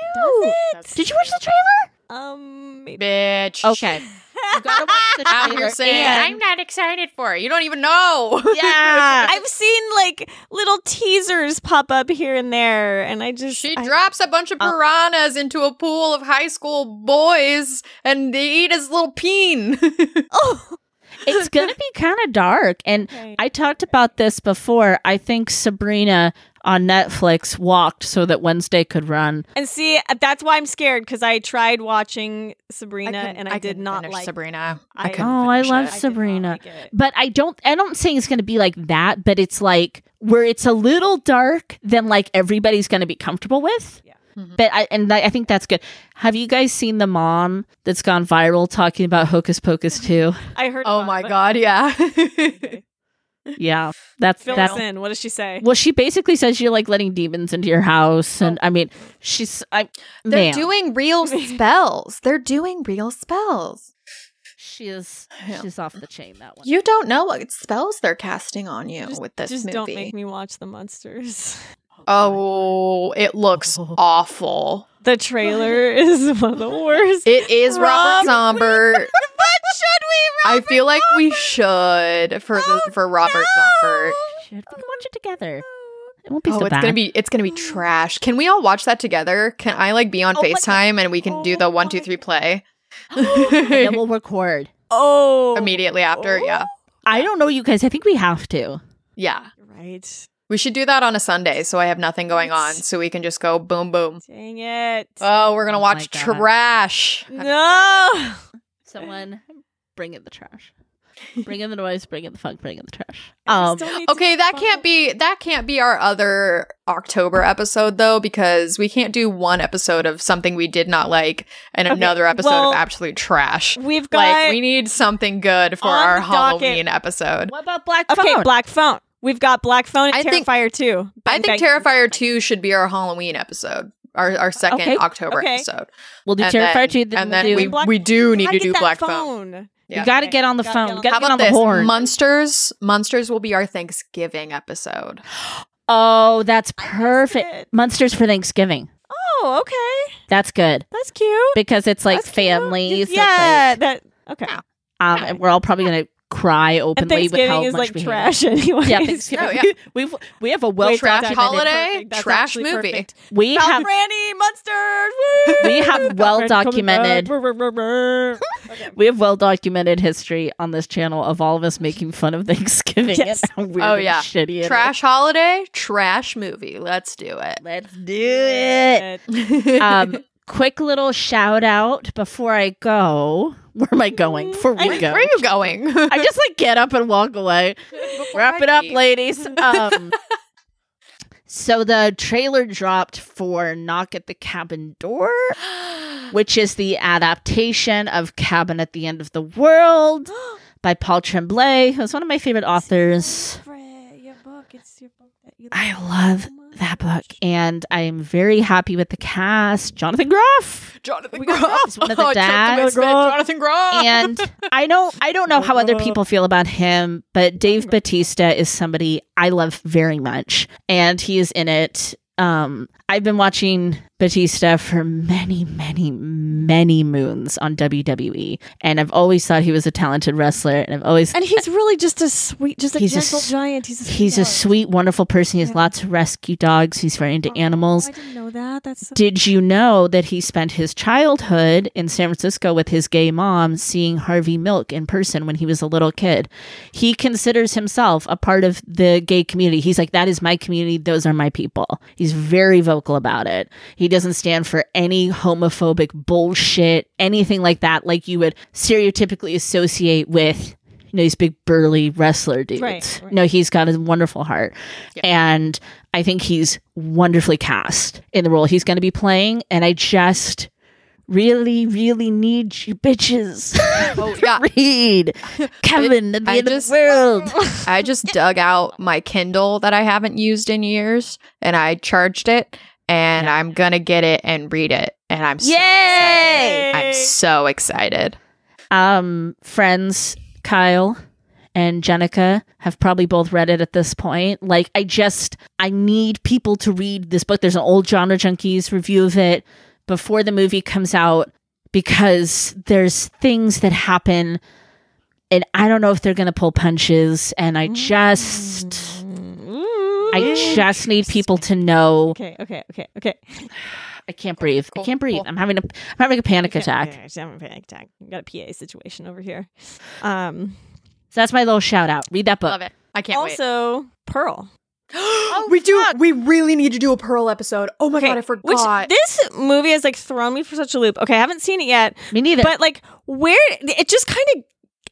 [SPEAKER 3] That's-
[SPEAKER 2] Did you watch the trailer?
[SPEAKER 1] um maybe.
[SPEAKER 3] Bitch.
[SPEAKER 2] Okay. (laughs) You gotta watch the
[SPEAKER 3] (laughs)
[SPEAKER 2] (laughs)
[SPEAKER 3] Out
[SPEAKER 2] trailer.
[SPEAKER 3] here saying I'm
[SPEAKER 2] and-
[SPEAKER 3] not excited for it. You don't even know.
[SPEAKER 2] yeah.
[SPEAKER 1] I've seen like little teasers pop up here and there, and I just
[SPEAKER 3] (laughs) She
[SPEAKER 1] I-
[SPEAKER 3] drops a bunch of piranhas into a pool of high school boys, and they eat his little peen.
[SPEAKER 1] (laughs)
[SPEAKER 3] (laughs)
[SPEAKER 1] Oh,
[SPEAKER 2] it's gonna be kind of dark and
[SPEAKER 1] Okay.
[SPEAKER 2] i talked about this before i think sabrina on netflix walked so that wednesday could run
[SPEAKER 1] and see that's why I'm scared because I tried watching Sabrina and I, did
[SPEAKER 3] couldn't
[SPEAKER 1] not
[SPEAKER 3] finish
[SPEAKER 1] like.
[SPEAKER 3] Sabrina.
[SPEAKER 1] I-
[SPEAKER 3] couldn't
[SPEAKER 2] Oh, I
[SPEAKER 3] finish
[SPEAKER 2] love
[SPEAKER 1] I did not
[SPEAKER 2] Sabrina.
[SPEAKER 1] like it.
[SPEAKER 2] but i don't i don't think it's gonna be like that but it's like where it's a little dark then like everybody's gonna be comfortable with
[SPEAKER 1] Yeah.
[SPEAKER 3] Mhm.
[SPEAKER 2] but I and I I think that's good. Have you guys seen the mom that's gone viral talking about Hocus Pocus
[SPEAKER 3] (laughs)
[SPEAKER 2] 2?
[SPEAKER 1] I heard.
[SPEAKER 3] Oh
[SPEAKER 1] about
[SPEAKER 3] my
[SPEAKER 1] it.
[SPEAKER 3] god, yeah. (laughs)
[SPEAKER 2] yeah, that's
[SPEAKER 1] Fill
[SPEAKER 2] that's
[SPEAKER 1] us in. What does she say?
[SPEAKER 2] well. She basically says you're like letting demons into your house, and I mean, she's I
[SPEAKER 3] They're
[SPEAKER 2] man.
[SPEAKER 1] (laughs)
[SPEAKER 3] doing real spells. They're doing real spells.
[SPEAKER 2] She is
[SPEAKER 3] Yeah.
[SPEAKER 2] she's off the chain that one.
[SPEAKER 3] You don't know what spells they're casting on you with this
[SPEAKER 1] just
[SPEAKER 3] movie.
[SPEAKER 1] don't make me watch the monsters. (laughs)
[SPEAKER 3] oh, it looks awful.
[SPEAKER 1] The trailer is
[SPEAKER 3] (laughs)
[SPEAKER 1] one of the worst.
[SPEAKER 3] It is
[SPEAKER 1] Rob-
[SPEAKER 3] Robert
[SPEAKER 1] (laughs)
[SPEAKER 3] Zombert.
[SPEAKER 1] but should we? Oh,
[SPEAKER 3] I feel like we should for the for Robert Zombert.
[SPEAKER 2] Should we can watch it together? It won't be so
[SPEAKER 3] Oh, it's
[SPEAKER 2] bad.
[SPEAKER 3] gonna be it's gonna be trash. Can we all watch that together? Can I like be on
[SPEAKER 1] Oh my
[SPEAKER 3] FaceTime and we can do the
[SPEAKER 1] Oh
[SPEAKER 3] one
[SPEAKER 1] my
[SPEAKER 3] two
[SPEAKER 1] (gasps)
[SPEAKER 3] three play
[SPEAKER 2] and then we'll record.
[SPEAKER 1] Oh,
[SPEAKER 3] (laughs) immediately after? Yeah,
[SPEAKER 2] I don't know, you guys. I think we have to.
[SPEAKER 3] yeah.
[SPEAKER 1] right.
[SPEAKER 3] We should do that on a Sunday, so I have nothing going on, so we can just go boom boom.
[SPEAKER 1] Dang it!
[SPEAKER 3] Oh, we're
[SPEAKER 2] Oh
[SPEAKER 3] gonna
[SPEAKER 2] my
[SPEAKER 3] watch
[SPEAKER 2] God.
[SPEAKER 3] trash.
[SPEAKER 1] no.
[SPEAKER 2] Someone bring in the
[SPEAKER 3] (laughs)
[SPEAKER 2] trash. Bring in the noise. Bring in the funk. Bring in the trash.
[SPEAKER 1] I
[SPEAKER 2] Um,
[SPEAKER 1] just don't need to
[SPEAKER 3] Okay, that can't be that can't be our other October episode though, because we can't do one episode of something we did not like and
[SPEAKER 1] Okay,
[SPEAKER 3] another episode
[SPEAKER 1] well,
[SPEAKER 3] of absolute trash.
[SPEAKER 1] We've got
[SPEAKER 3] Like we need something good for
[SPEAKER 1] On
[SPEAKER 3] our
[SPEAKER 1] the docket-
[SPEAKER 3] Halloween episode.
[SPEAKER 2] what about black
[SPEAKER 1] okay.
[SPEAKER 2] phone?
[SPEAKER 1] Black phone. We've got black phone and
[SPEAKER 3] I think-
[SPEAKER 1] Terrifier too.
[SPEAKER 3] I think Terrifier 2 should be our Halloween episode. Our, our second
[SPEAKER 2] Okay,
[SPEAKER 3] October
[SPEAKER 1] okay.
[SPEAKER 3] episode.
[SPEAKER 2] we'll do
[SPEAKER 3] and
[SPEAKER 2] Terrifier
[SPEAKER 3] then-
[SPEAKER 2] two. Then
[SPEAKER 3] and
[SPEAKER 2] we'll
[SPEAKER 3] then
[SPEAKER 2] do,
[SPEAKER 3] we,
[SPEAKER 1] Black-
[SPEAKER 3] we do need
[SPEAKER 1] How
[SPEAKER 3] to
[SPEAKER 1] get
[SPEAKER 3] do
[SPEAKER 1] that
[SPEAKER 3] Black Phone.
[SPEAKER 2] you
[SPEAKER 3] yeah.
[SPEAKER 2] got to get on the
[SPEAKER 1] Gotta
[SPEAKER 2] phone.
[SPEAKER 1] get on
[SPEAKER 2] Got
[SPEAKER 3] How
[SPEAKER 2] to get on
[SPEAKER 3] about
[SPEAKER 2] the
[SPEAKER 3] this?
[SPEAKER 2] horn.
[SPEAKER 3] Monsters Monsters will be our Thanksgiving episode.
[SPEAKER 2] oh, that's
[SPEAKER 1] I missed
[SPEAKER 2] perfect.
[SPEAKER 1] it.
[SPEAKER 2] Monsters for Thanksgiving.
[SPEAKER 1] Oh, okay.
[SPEAKER 2] That's good
[SPEAKER 1] That's cute.
[SPEAKER 2] because it's like
[SPEAKER 1] That's cute.
[SPEAKER 2] families. it's
[SPEAKER 1] Yeah.
[SPEAKER 2] like-
[SPEAKER 1] That okay.
[SPEAKER 3] Yeah.
[SPEAKER 2] um, and we're all probably gonna cry
[SPEAKER 1] And
[SPEAKER 2] openly with how
[SPEAKER 1] Thanksgiving is
[SPEAKER 2] much
[SPEAKER 1] like
[SPEAKER 2] we hate it.
[SPEAKER 1] trash (laughs) anyway.
[SPEAKER 2] Yeah, Thanksgiving.
[SPEAKER 3] Oh, yeah.
[SPEAKER 2] (laughs) We've we have a well
[SPEAKER 3] Trash
[SPEAKER 2] documented-
[SPEAKER 3] holiday, trash movie.
[SPEAKER 2] We have
[SPEAKER 1] Franny monsters.
[SPEAKER 2] (laughs) We have well
[SPEAKER 1] (laughs)
[SPEAKER 2] documented- (laughs)
[SPEAKER 1] okay.
[SPEAKER 2] we have well documented history on this channel of all of us making fun of
[SPEAKER 1] (laughs)
[SPEAKER 2] Thanksgiving.
[SPEAKER 1] Yes.
[SPEAKER 2] And how weird
[SPEAKER 3] Oh,
[SPEAKER 2] and
[SPEAKER 3] yeah.
[SPEAKER 2] shitty. it is.
[SPEAKER 3] Trash holiday, trash movie. Let's do
[SPEAKER 2] Let's do it.
[SPEAKER 1] (gasps)
[SPEAKER 2] (laughs)
[SPEAKER 3] it.
[SPEAKER 2] Um, quick little shout out before I go. Where am I going? Before we
[SPEAKER 3] Wait,
[SPEAKER 2] go,
[SPEAKER 3] (laughs) Where are you going?
[SPEAKER 2] I just like get up and walk away. Wrap it up, ladies. Um, so the trailer dropped for Knock at the Cabin Door, which is the adaptation of Cabin at the End of the World by Paul Tremblay, who's one of my favorite authors.
[SPEAKER 1] Your book, it's your book that you
[SPEAKER 2] I love that book, and I'm very happy with the cast. Jonathan Groff.
[SPEAKER 3] Jonathan
[SPEAKER 2] We got Groff. one of the
[SPEAKER 3] I choked on my
[SPEAKER 2] dads.
[SPEAKER 3] spit. Jonathan Groff.
[SPEAKER 2] and I don't I don't know
[SPEAKER 1] (laughs)
[SPEAKER 2] how other people feel about him, but Dave Batista is somebody I love very much, and he is in it. Um, I've been watching Batista for many, many, many moons on WWE, and I've always thought he was a talented wrestler, and I've always
[SPEAKER 1] And
[SPEAKER 2] (laughs)
[SPEAKER 1] he's really just a sweet, just a
[SPEAKER 2] He's a
[SPEAKER 1] gentle
[SPEAKER 2] s-
[SPEAKER 1] giant. He's a sweet
[SPEAKER 2] he's a
[SPEAKER 1] dog.
[SPEAKER 2] sweet, wonderful person. He has
[SPEAKER 1] Yeah.
[SPEAKER 2] lots of rescue dogs. He's very into
[SPEAKER 1] Oh,
[SPEAKER 2] animals.
[SPEAKER 1] I didn't know that. That's so-
[SPEAKER 2] Did you know that he spent his childhood in San Francisco with his gay mom seeing Harvey Milk in person when he was a little kid? He considers himself a part of the gay community. He's like, that is my community. Those are my people. He's very vocal about it. He doesn't stand for any homophobic bullshit, anything like that, like you would stereotypically associate with. You know, these big burly wrestler dudes.
[SPEAKER 1] Right, right.
[SPEAKER 2] No, he's got a wonderful heart.
[SPEAKER 3] Yeah.
[SPEAKER 2] And I think he's wonderfully cast in the role he's going to be playing. And I just really, really need you bitches
[SPEAKER 3] Oh, yeah.
[SPEAKER 2] to (laughs) read Kevin at the
[SPEAKER 3] I
[SPEAKER 2] end
[SPEAKER 3] just-
[SPEAKER 2] of the world.
[SPEAKER 3] (laughs) I just dug out my Kindle that I haven't used in years and I charged it and
[SPEAKER 2] Yeah.
[SPEAKER 3] I'm going to get it and read it. And I'm so,
[SPEAKER 2] Yay!
[SPEAKER 3] I'm so excited.
[SPEAKER 2] Um, friends Kyle and Jenica have probably both read it at this point. Like, I just, I need people to read this book. There's an old genre junkies review of it before the movie comes out because there's things that happen and I don't know if they're going to pull punches. And I just,
[SPEAKER 1] Mm.
[SPEAKER 2] I just need people to know.
[SPEAKER 1] Mm-hmm. Okay, okay, okay, okay.
[SPEAKER 2] I can't breathe. I
[SPEAKER 3] cool,
[SPEAKER 2] can't breathe.
[SPEAKER 3] cool.
[SPEAKER 2] I'm having a, I'm having a panic attack.
[SPEAKER 1] Okay, I'm having a panic attack. Got a PA situation over here. Um,
[SPEAKER 2] So that's my little shout out. Read that book.
[SPEAKER 3] Love it. I can't wait.
[SPEAKER 1] also,
[SPEAKER 2] (gasps)
[SPEAKER 1] Pearl. Oh,
[SPEAKER 3] we do. We really need to do a Pearl episode. Oh my god, I forgot.
[SPEAKER 1] Which this movie has like thrown me for such a loop. Okay, I haven't seen it yet,
[SPEAKER 2] Me neither.
[SPEAKER 1] but like where it just kind of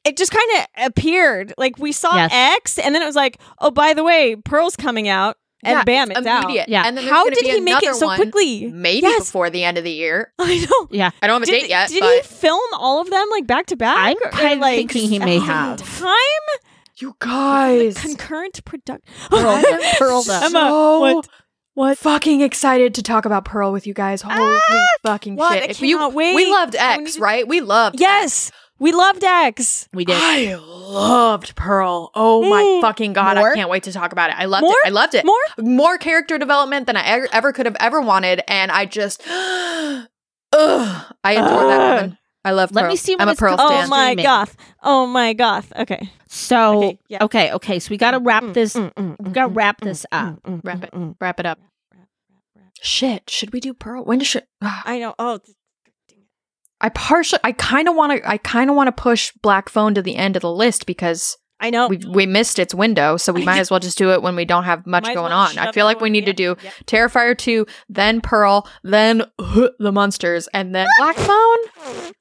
[SPEAKER 1] it just kind of appeared. Like we saw
[SPEAKER 2] Yes.
[SPEAKER 1] X, and then it was like, oh, by the way, Pearl's coming out, and
[SPEAKER 3] Yeah,
[SPEAKER 1] bam, it's out.
[SPEAKER 3] Immediate.
[SPEAKER 2] Yeah.
[SPEAKER 3] And then there's
[SPEAKER 1] How
[SPEAKER 3] gonna
[SPEAKER 1] did
[SPEAKER 3] be
[SPEAKER 1] he make it
[SPEAKER 3] another
[SPEAKER 1] so
[SPEAKER 3] one,
[SPEAKER 1] quickly?
[SPEAKER 3] Maybe
[SPEAKER 1] Yes.
[SPEAKER 3] before the end of the year.
[SPEAKER 1] (laughs) I know.
[SPEAKER 2] yeah.
[SPEAKER 3] I don't have a
[SPEAKER 1] Did,
[SPEAKER 3] date yet,
[SPEAKER 1] did
[SPEAKER 3] but
[SPEAKER 1] he film all of them like back to back?
[SPEAKER 2] I'm
[SPEAKER 1] Or,
[SPEAKER 2] kind of
[SPEAKER 1] like,
[SPEAKER 2] thinking
[SPEAKER 1] (laughs)
[SPEAKER 2] he may
[SPEAKER 1] some
[SPEAKER 2] have.
[SPEAKER 1] time
[SPEAKER 3] Oh you guys,
[SPEAKER 1] concurrent (gasps) production.
[SPEAKER 2] Pearl- Pearl
[SPEAKER 3] so
[SPEAKER 2] though.
[SPEAKER 1] Emma, what- what?
[SPEAKER 3] Fucking excited to talk about Pearl with you guys. Holy fucking
[SPEAKER 1] what? I
[SPEAKER 3] shit! If you- oh,
[SPEAKER 1] cannot wait.
[SPEAKER 3] We loved
[SPEAKER 1] I
[SPEAKER 3] X,
[SPEAKER 1] need to-
[SPEAKER 3] right? We loved
[SPEAKER 1] Yes, we loved X.
[SPEAKER 2] We did.
[SPEAKER 3] I loved Pearl. Oh my
[SPEAKER 1] Mm.
[SPEAKER 3] fucking god!
[SPEAKER 2] More?
[SPEAKER 3] I can't wait to talk about it. I loved
[SPEAKER 1] More?
[SPEAKER 3] it. I loved it.
[SPEAKER 1] More.
[SPEAKER 3] More character development than I ever, ever could have ever wanted, and I just, (gasps) ugh, I adore that
[SPEAKER 1] Ugh.
[SPEAKER 3] woman. I love.
[SPEAKER 2] Let
[SPEAKER 3] Pearl.
[SPEAKER 2] me see when
[SPEAKER 3] I'm a
[SPEAKER 2] it's
[SPEAKER 3] Pearl
[SPEAKER 2] called-
[SPEAKER 1] Oh
[SPEAKER 3] stan.
[SPEAKER 1] my
[SPEAKER 2] Streaming.
[SPEAKER 1] goth. Oh my goth. Okay. Mm,
[SPEAKER 2] So okay,
[SPEAKER 1] Okay, yeah.
[SPEAKER 2] okay, So we gotta wrap this. we
[SPEAKER 1] mm,
[SPEAKER 2] gotta wrap this up.
[SPEAKER 3] Wrap it. Wrap it up. Shit. Should we do Pearl? When should?
[SPEAKER 1] I know. Oh, th-
[SPEAKER 3] I partially, I kind of want to, I kind of want to push Black Phone to the end of the list because
[SPEAKER 1] I know.
[SPEAKER 3] we we missed its window, so we might as well just do it when we don't have much
[SPEAKER 1] Might as
[SPEAKER 3] going
[SPEAKER 1] well
[SPEAKER 3] on. I
[SPEAKER 1] shove
[SPEAKER 3] feel like
[SPEAKER 1] everyone
[SPEAKER 3] we
[SPEAKER 1] in
[SPEAKER 3] need to
[SPEAKER 1] the
[SPEAKER 3] do
[SPEAKER 1] end. Yep.
[SPEAKER 3] Terrifier two, then Pearl, then (laughs) uh, the monsters, and then Black
[SPEAKER 1] (laughs)
[SPEAKER 3] Phone.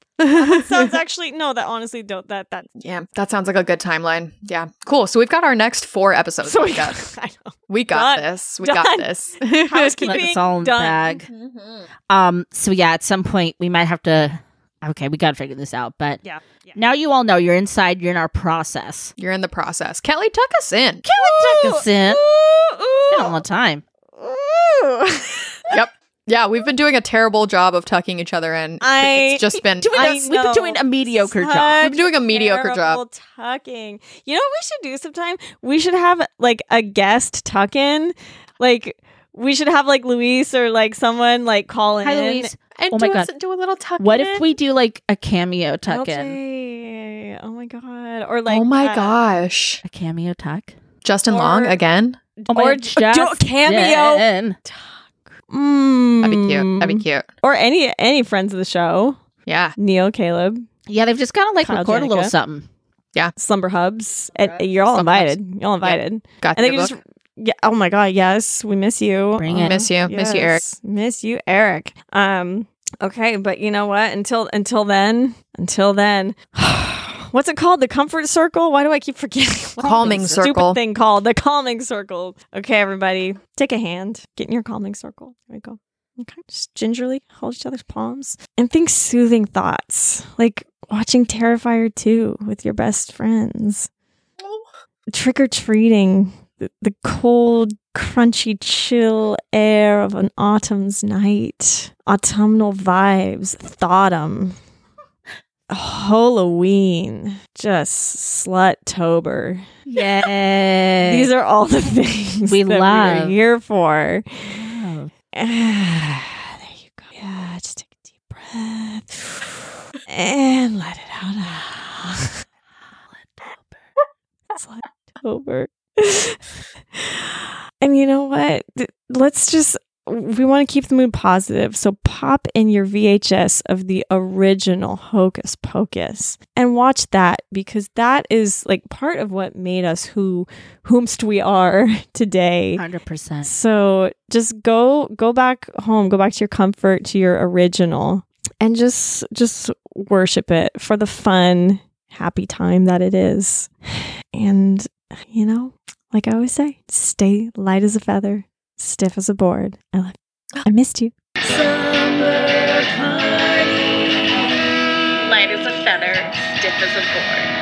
[SPEAKER 1] Sounds actually no. That honestly don't. That that.
[SPEAKER 3] yeah, that sounds like a good timeline. Yeah, cool. So we've got our next four episodes. we got,
[SPEAKER 1] (laughs) I
[SPEAKER 3] (laughs)
[SPEAKER 1] know.
[SPEAKER 3] we got
[SPEAKER 1] Done.
[SPEAKER 3] this. We got
[SPEAKER 1] Done.
[SPEAKER 3] this.
[SPEAKER 1] Housekeeping.
[SPEAKER 2] Let us all in the
[SPEAKER 1] done. Mm-hmm.
[SPEAKER 2] bag. Um. So yeah, at some point we might have to. Okay, we gotta figure this out. But
[SPEAKER 1] Yeah. yeah.
[SPEAKER 2] now you all know you're inside. You're in our process.
[SPEAKER 3] You're in the process. Kelly, tuck us in.
[SPEAKER 2] Took us in. Been a long time.
[SPEAKER 3] yep. Yeah, we've been doing a terrible job of tucking each other in.
[SPEAKER 1] I-
[SPEAKER 3] it's just been
[SPEAKER 2] Doing
[SPEAKER 1] I
[SPEAKER 2] a, we've been
[SPEAKER 1] know.
[SPEAKER 2] doing a mediocre
[SPEAKER 1] Such
[SPEAKER 2] job.
[SPEAKER 3] We've been doing a mediocre
[SPEAKER 1] terrible Tucking. You know what we should do sometime? We should have like a guest tuck in. Like we should have like Luis or like someone like call in.
[SPEAKER 2] Hi, Louise.
[SPEAKER 3] and
[SPEAKER 2] Oh my
[SPEAKER 3] do, us-
[SPEAKER 2] God.
[SPEAKER 3] do a little tuck.
[SPEAKER 2] What
[SPEAKER 3] in.
[SPEAKER 2] if we do like a cameo tuck in?
[SPEAKER 1] LJ. Oh my god. Or like
[SPEAKER 3] oh my
[SPEAKER 1] uh,
[SPEAKER 3] gosh,
[SPEAKER 2] A cameo tuck?
[SPEAKER 3] Justin
[SPEAKER 1] or-
[SPEAKER 3] Long again?
[SPEAKER 2] Oh my
[SPEAKER 1] Or j- do a cameo.
[SPEAKER 2] Justin.
[SPEAKER 1] Mm.
[SPEAKER 3] That'd be cute. That'd be cute.
[SPEAKER 1] Or any any friends of the show.
[SPEAKER 3] Yeah,
[SPEAKER 1] Neil, Caleb,
[SPEAKER 2] Yeah, they've just gotta like
[SPEAKER 1] Kyle
[SPEAKER 2] record a little
[SPEAKER 1] Janica.
[SPEAKER 2] something.
[SPEAKER 1] Slumber Hubs. And you're all
[SPEAKER 3] Slumber Hubs.
[SPEAKER 1] invited. You're all invited.
[SPEAKER 3] got
[SPEAKER 1] And they
[SPEAKER 3] your
[SPEAKER 1] can
[SPEAKER 3] book.
[SPEAKER 1] just yeah. Oh my god. Yes, we miss you.
[SPEAKER 2] Bring it.
[SPEAKER 3] miss you, miss you, Eric.
[SPEAKER 1] Yes, Miss you, Eric. Um. Okay, but you know what? Until until then, until then, (sighs) what's it called? The comfort circle. Why do I keep forgetting? (laughs) what
[SPEAKER 3] Calming
[SPEAKER 1] this
[SPEAKER 3] circle.
[SPEAKER 1] Stupid thing called the calming circle. Okay, everybody, take a hand. Get in your calming circle. There we go. Okay, just gingerly hold each other's palms and think soothing thoughts, like watching Terrifier two with your best friends trick or treating, the, the cold, crunchy, chill air of an autumn's night, autumnal vibes, autumn, Halloween, just slut tober.
[SPEAKER 2] Yeah.
[SPEAKER 1] These are all the (laughs) things
[SPEAKER 2] We
[SPEAKER 1] that
[SPEAKER 2] love.
[SPEAKER 1] we're here for.
[SPEAKER 2] are
[SPEAKER 1] (sighs) there you go. Yeah, just take a deep breath and let it out. Slut over. (laughs) and you know what? D- Let's just we want to keep the mood positive. So pop in your VHS of the original Hocus Pocus and watch that because that is like part of what made us who whomst we are (laughs) today.
[SPEAKER 2] hundred percent.
[SPEAKER 1] So just go go back home, go back to your comfort, to your original, and just just worship it for the fun, happy time that it is. And you know, like I always say, stay light as a feather, stiff as a board. I love I missed you.
[SPEAKER 5] Light as a feather, stiff as a board.